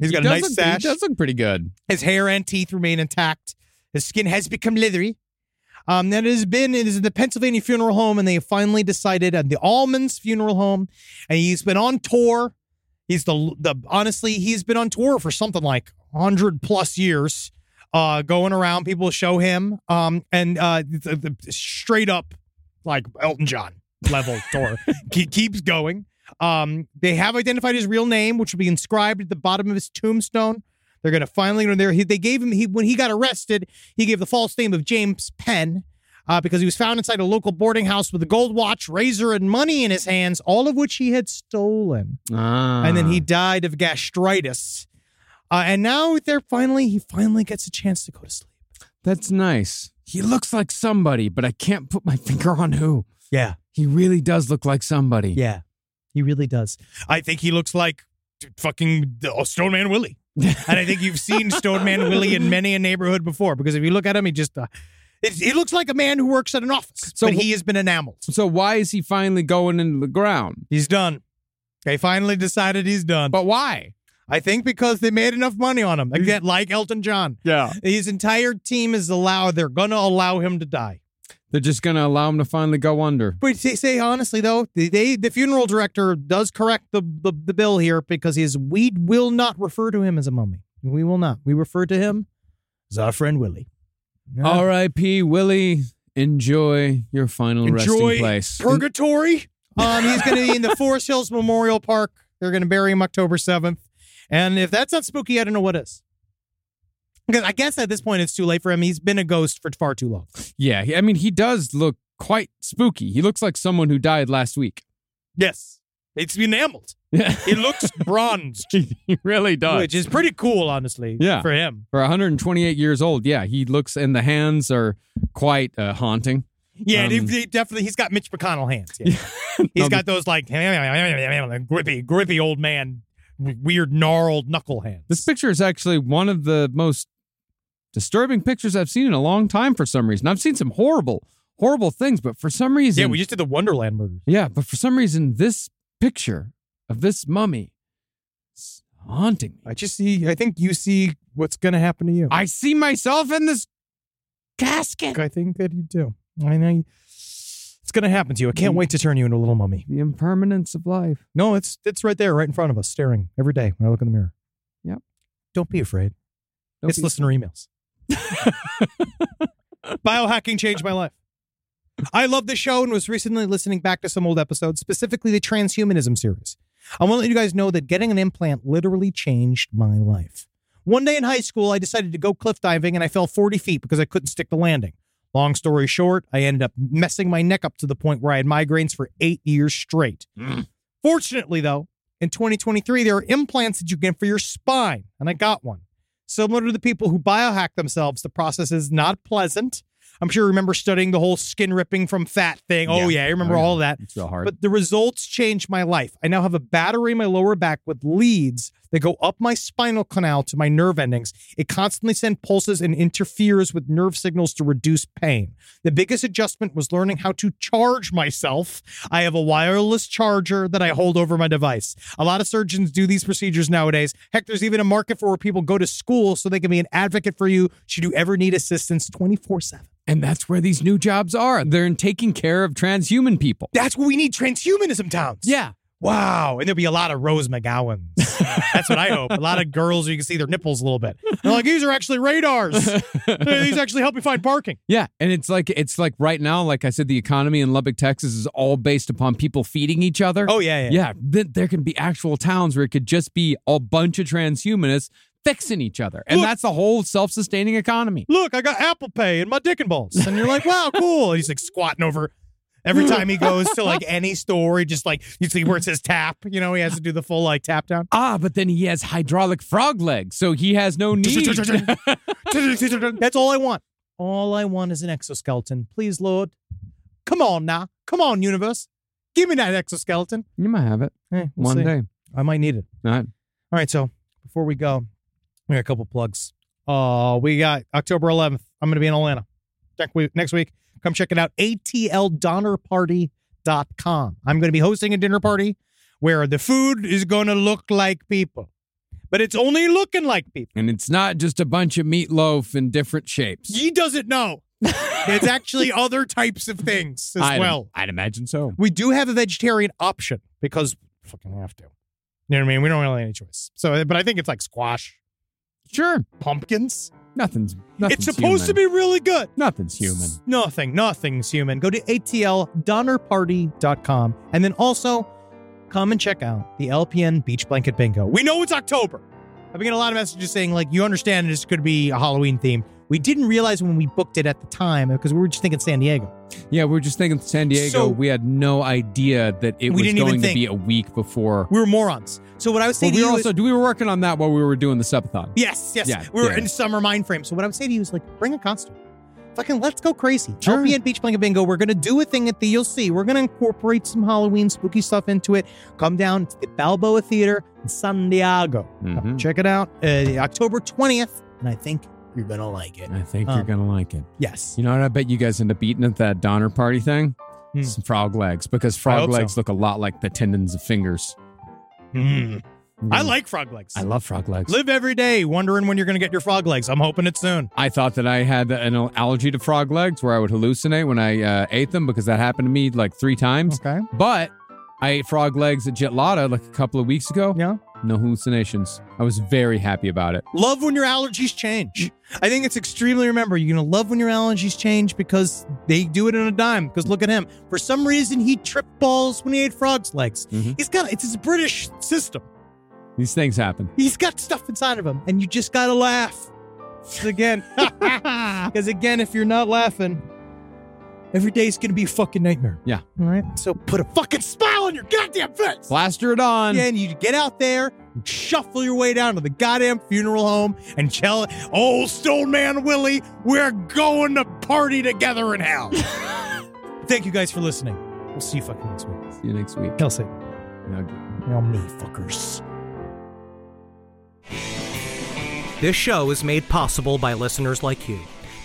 Speaker 1: He's got
Speaker 6: He
Speaker 1: a
Speaker 6: does
Speaker 1: nice
Speaker 6: look,
Speaker 1: sash.
Speaker 6: He does look pretty good.
Speaker 1: His hair and teeth remain intact. His skin has become leathery. Um, that has been it is in the Pennsylvania funeral home, and they have finally decided at the Allman's funeral home, and he's been on tour. He's the the honestly, he's been on tour for something like hundred plus years, uh, going around. People show him, um, and uh, the, the straight up like Elton John level tour. He keeps going. Um, they have identified his real name, which will be inscribed at the bottom of his tombstone. They're gonna finally go there. He, they gave him he when he got arrested, he gave the false name of James Penn. Uh, because he was found inside a local boarding house with a gold watch, razor, and money in his hands, all of which he had stolen.
Speaker 6: Ah.
Speaker 1: And then he died of gastritis. Uh, and now they're finally, he finally gets a chance to go to sleep.
Speaker 6: That's nice. He looks like somebody, but I can't put my finger on who.
Speaker 1: Yeah.
Speaker 6: He really does look like somebody.
Speaker 1: Yeah.
Speaker 2: He really does.
Speaker 1: I think he looks like fucking uh, Stone Man Willie. and I think you've seen Stone Man Willie in many a neighborhood before because if you look at him, he just uh, it, he looks like a man who works at an office,
Speaker 6: So
Speaker 1: but
Speaker 6: wh-
Speaker 1: he has been enameled.
Speaker 6: So why is he finally going into the ground?
Speaker 1: He's done. They finally decided he's done.
Speaker 6: But why?
Speaker 1: I think because they made enough money on him again, like Elton John.
Speaker 6: Yeah.
Speaker 1: His entire team is allowed. They're gonna allow him to die.
Speaker 6: They're just going to allow him to finally go under.
Speaker 1: But say, say honestly though, they, they the funeral director does correct the, the the bill here because his we will not refer to him as a mummy. We will not. We refer to him as our friend Willie.
Speaker 6: R.I.P. Willie. Enjoy your final resting place.
Speaker 1: purgatory. Um, he's going to be in the Forest Hills Memorial Park. They're going to bury him October seventh. And if that's not spooky, I don't know what is. Because I guess at this point it's too late for him. He's been a ghost for far too long.
Speaker 6: yeah, he- I mean, he does look quite spooky. He looks like someone who died last week.
Speaker 1: Yes, it's enameled.
Speaker 6: Yeah,
Speaker 1: He looks bronzed,
Speaker 6: he really does.
Speaker 1: which is pretty cool, honestly.
Speaker 6: Yeah.
Speaker 1: for him.
Speaker 6: For 128 years old, yeah, he looks, and the hands are quite uh, haunting.
Speaker 1: Yeah,
Speaker 6: Um,
Speaker 1: he- he definitely. He's got Mitch McConnell hands. Yeah. he's got those like grippy, grippy old man, w- weird gnarled knuckle hands.
Speaker 6: This picture is actually one of the most disturbing pictures I've seen in a long time for some reason. I've seen some horrible, horrible things, but for some reason,
Speaker 1: yeah, we just did the Wonderland murders.
Speaker 6: yeah, but for some reason, this picture of this mummy is haunting me.
Speaker 1: I just see. I think you see what's going to happen to you.
Speaker 6: I see myself in this casket.
Speaker 1: I think that you do. I know you- it's going to happen to you. I can't wait to turn you into a little mummy.
Speaker 6: The impermanence of life.
Speaker 1: No, it's it's right there, right in front of us, staring every day when I look in the mirror.
Speaker 6: Yep.
Speaker 1: Don't be afraid.
Speaker 6: Don't
Speaker 1: it's
Speaker 6: be-
Speaker 1: listener emails. Biohacking changed my life. I love the show and was recently listening back to some old episodes, specifically the transhumanism series. I want to let you guys know that getting an implant literally changed my life. One day in high school, I decided to go cliff diving and I fell 40 feet because I couldn't stick the landing. Long story short, I ended up messing my neck up to the point where I had migraines for eight years straight.
Speaker 6: Mm.
Speaker 1: Fortunately, though, in 2023, there are implants that you get for your spine, and I got one. Similar to the people who biohack themselves, the process is not pleasant. I'm sure you remember studying the whole skin ripping from fat thing. Oh, yeah, I remember
Speaker 6: Oh, yeah.
Speaker 1: all that.
Speaker 6: It's real hard.
Speaker 1: But the results changed my life. I now have a battery in my lower back with leads that go up my spinal canal to my nerve endings. It constantly sends pulses and interferes with nerve signals to reduce pain. The biggest adjustment was learning how to charge myself. I have a wireless charger that I hold over my device. A lot of surgeons do these procedures nowadays. Heck, there's even a market for where people go to school so they can be an advocate for you should you ever need assistance 24 7.
Speaker 6: and that's where these new jobs are. They're in taking care of transhuman people.
Speaker 1: That's what we need transhumanism towns.
Speaker 6: Yeah.
Speaker 1: Wow. And there'll be a lot of Rose McGowans. That's what I hope. A lot of girls who you can see their nipples a little bit. They're like, these are actually radars. these actually help me find parking.
Speaker 6: Yeah, and it's like it's like right now, like I said, the economy in Lubbock, Texas, is all based upon people feeding each other.
Speaker 1: Oh, yeah,
Speaker 6: Oh, yeah. Th- there can be actual towns where it could just be a bunch of transhumanists fixing each other, and
Speaker 1: Look-
Speaker 6: that's the whole self-sustaining economy.
Speaker 1: Look, I got Apple Pay in my dick and balls. And you're like, wow, cool. He's like squatting over. Every time he goes to like any store, he just like, you see where it says tap, you know, he has to do the full like tap down.
Speaker 6: Ah, but then he has hydraulic frog legs, so he has no need.
Speaker 1: That's all I want. All I want is an exoskeleton. Please, Lord. Come on now. Come on, universe. Give me that exoskeleton.
Speaker 6: you might have it
Speaker 1: Eh, we'll
Speaker 6: one
Speaker 1: see.
Speaker 6: day.
Speaker 1: I might need it.
Speaker 6: Not
Speaker 1: All right, so before we go, we got a couple plugs. Uh, we got October 11th. I'm going to be in Atlanta next week. Next week, come check it out. ATLDonnerParty.com. I'm going to be hosting a dinner party where the food is going to look like people, but it's only looking like people.
Speaker 6: and it's not just a bunch of meatloaf in different shapes.
Speaker 1: He doesn't know. it's actually other types of things as
Speaker 6: I'd-
Speaker 1: well.
Speaker 6: I'd imagine so.
Speaker 1: We do have a vegetarian option because we fucking have to. You know what I mean? We don't really have any choice. So, but I think it's like squash,
Speaker 6: Sure,
Speaker 1: pumpkins.
Speaker 6: nothing's. nothing's
Speaker 1: it's supposed to
Speaker 6: human.
Speaker 1: be really good.
Speaker 6: Nothing's human.
Speaker 1: Nothing. Nothing's human. Go to atldonerparty.com and then also come and check out the LPN Beach Blanket Bingo. We know it's October. I've been getting a lot of messages saying, like, you understand this could be a Halloween theme. We didn't realize when we booked it at the time because we were just thinking San Diego.
Speaker 6: Yeah, we were just thinking San Diego.
Speaker 1: So-
Speaker 6: we had no idea that
Speaker 1: We
Speaker 6: it was
Speaker 1: didn't even
Speaker 6: going to
Speaker 1: think.
Speaker 6: be a week before.
Speaker 1: We were morons. So what I was
Speaker 6: Well,
Speaker 1: saying
Speaker 6: we
Speaker 1: to
Speaker 6: were
Speaker 1: you
Speaker 6: also
Speaker 1: is,
Speaker 6: we were working on that while we were doing the subathon.
Speaker 1: yes, yes,
Speaker 6: Yeah,
Speaker 1: we were
Speaker 6: yeah.
Speaker 1: in summer mind frame. So what I would say to you is like, bring a costume.
Speaker 2: Fucking let's go crazy.
Speaker 6: Sure.
Speaker 2: LPN Beach Blanket Bingo. We're gonna do a thing at the you'll see. We're gonna incorporate some Halloween spooky stuff into it. Come down to the Balboa Theater in San Diego.
Speaker 6: Mhm.
Speaker 2: Check it out. Uh, October 20th, and I think you're gonna like
Speaker 1: Oh,
Speaker 2: it.
Speaker 6: I think
Speaker 2: Um,
Speaker 6: you're gonna like it.
Speaker 2: Yes.
Speaker 6: You know what? I bet you guys end up eating at that Donner Party thing.
Speaker 2: Hmm.
Speaker 6: Some frog legs because
Speaker 1: I
Speaker 6: frog
Speaker 1: hope so.
Speaker 6: legs look a lot like the tendons of fingers.
Speaker 2: Mm-hmm.
Speaker 1: I like frog legs.
Speaker 6: I love frog legs.
Speaker 1: Live every day wondering when you're going to get your frog legs. I'm hoping it's soon.
Speaker 6: I thought that I had an allergy to frog legs where I would hallucinate when I uh, ate them because that happened to me like three times.
Speaker 1: Okay.
Speaker 6: But I ate frog legs at Jitlada like a couple of weeks ago.
Speaker 1: Yeah.
Speaker 6: No hallucinations. I was very happy about it.
Speaker 1: Love when your allergies change.
Speaker 2: I think it's extremely remember. You're gonna love when your allergies change because they do it in a dime. Because look at him. For some reason, he tripped balls when he ate frogs' legs.
Speaker 6: Mhm.
Speaker 2: He's got it's his British system.
Speaker 6: These things happen.
Speaker 2: He's got stuff inside of him, and you just gotta laugh. 'Cause Again, because again, if you're not laughing,
Speaker 1: Every day's going to be a fucking nightmare.
Speaker 2: all right. So put a fucking smile on your goddamn face.
Speaker 6: Plaster it on.
Speaker 1: And you get out there, and shuffle your way down to the goddamn funeral home, and tell old Stone Man Willie, we're going to party together in hell. Thank you guys for listening. We'll see you fucking next week.
Speaker 6: See you next week.
Speaker 1: Kelsey,
Speaker 6: Now-
Speaker 1: now me, fuckers.
Speaker 7: This show is made possible by listeners like you.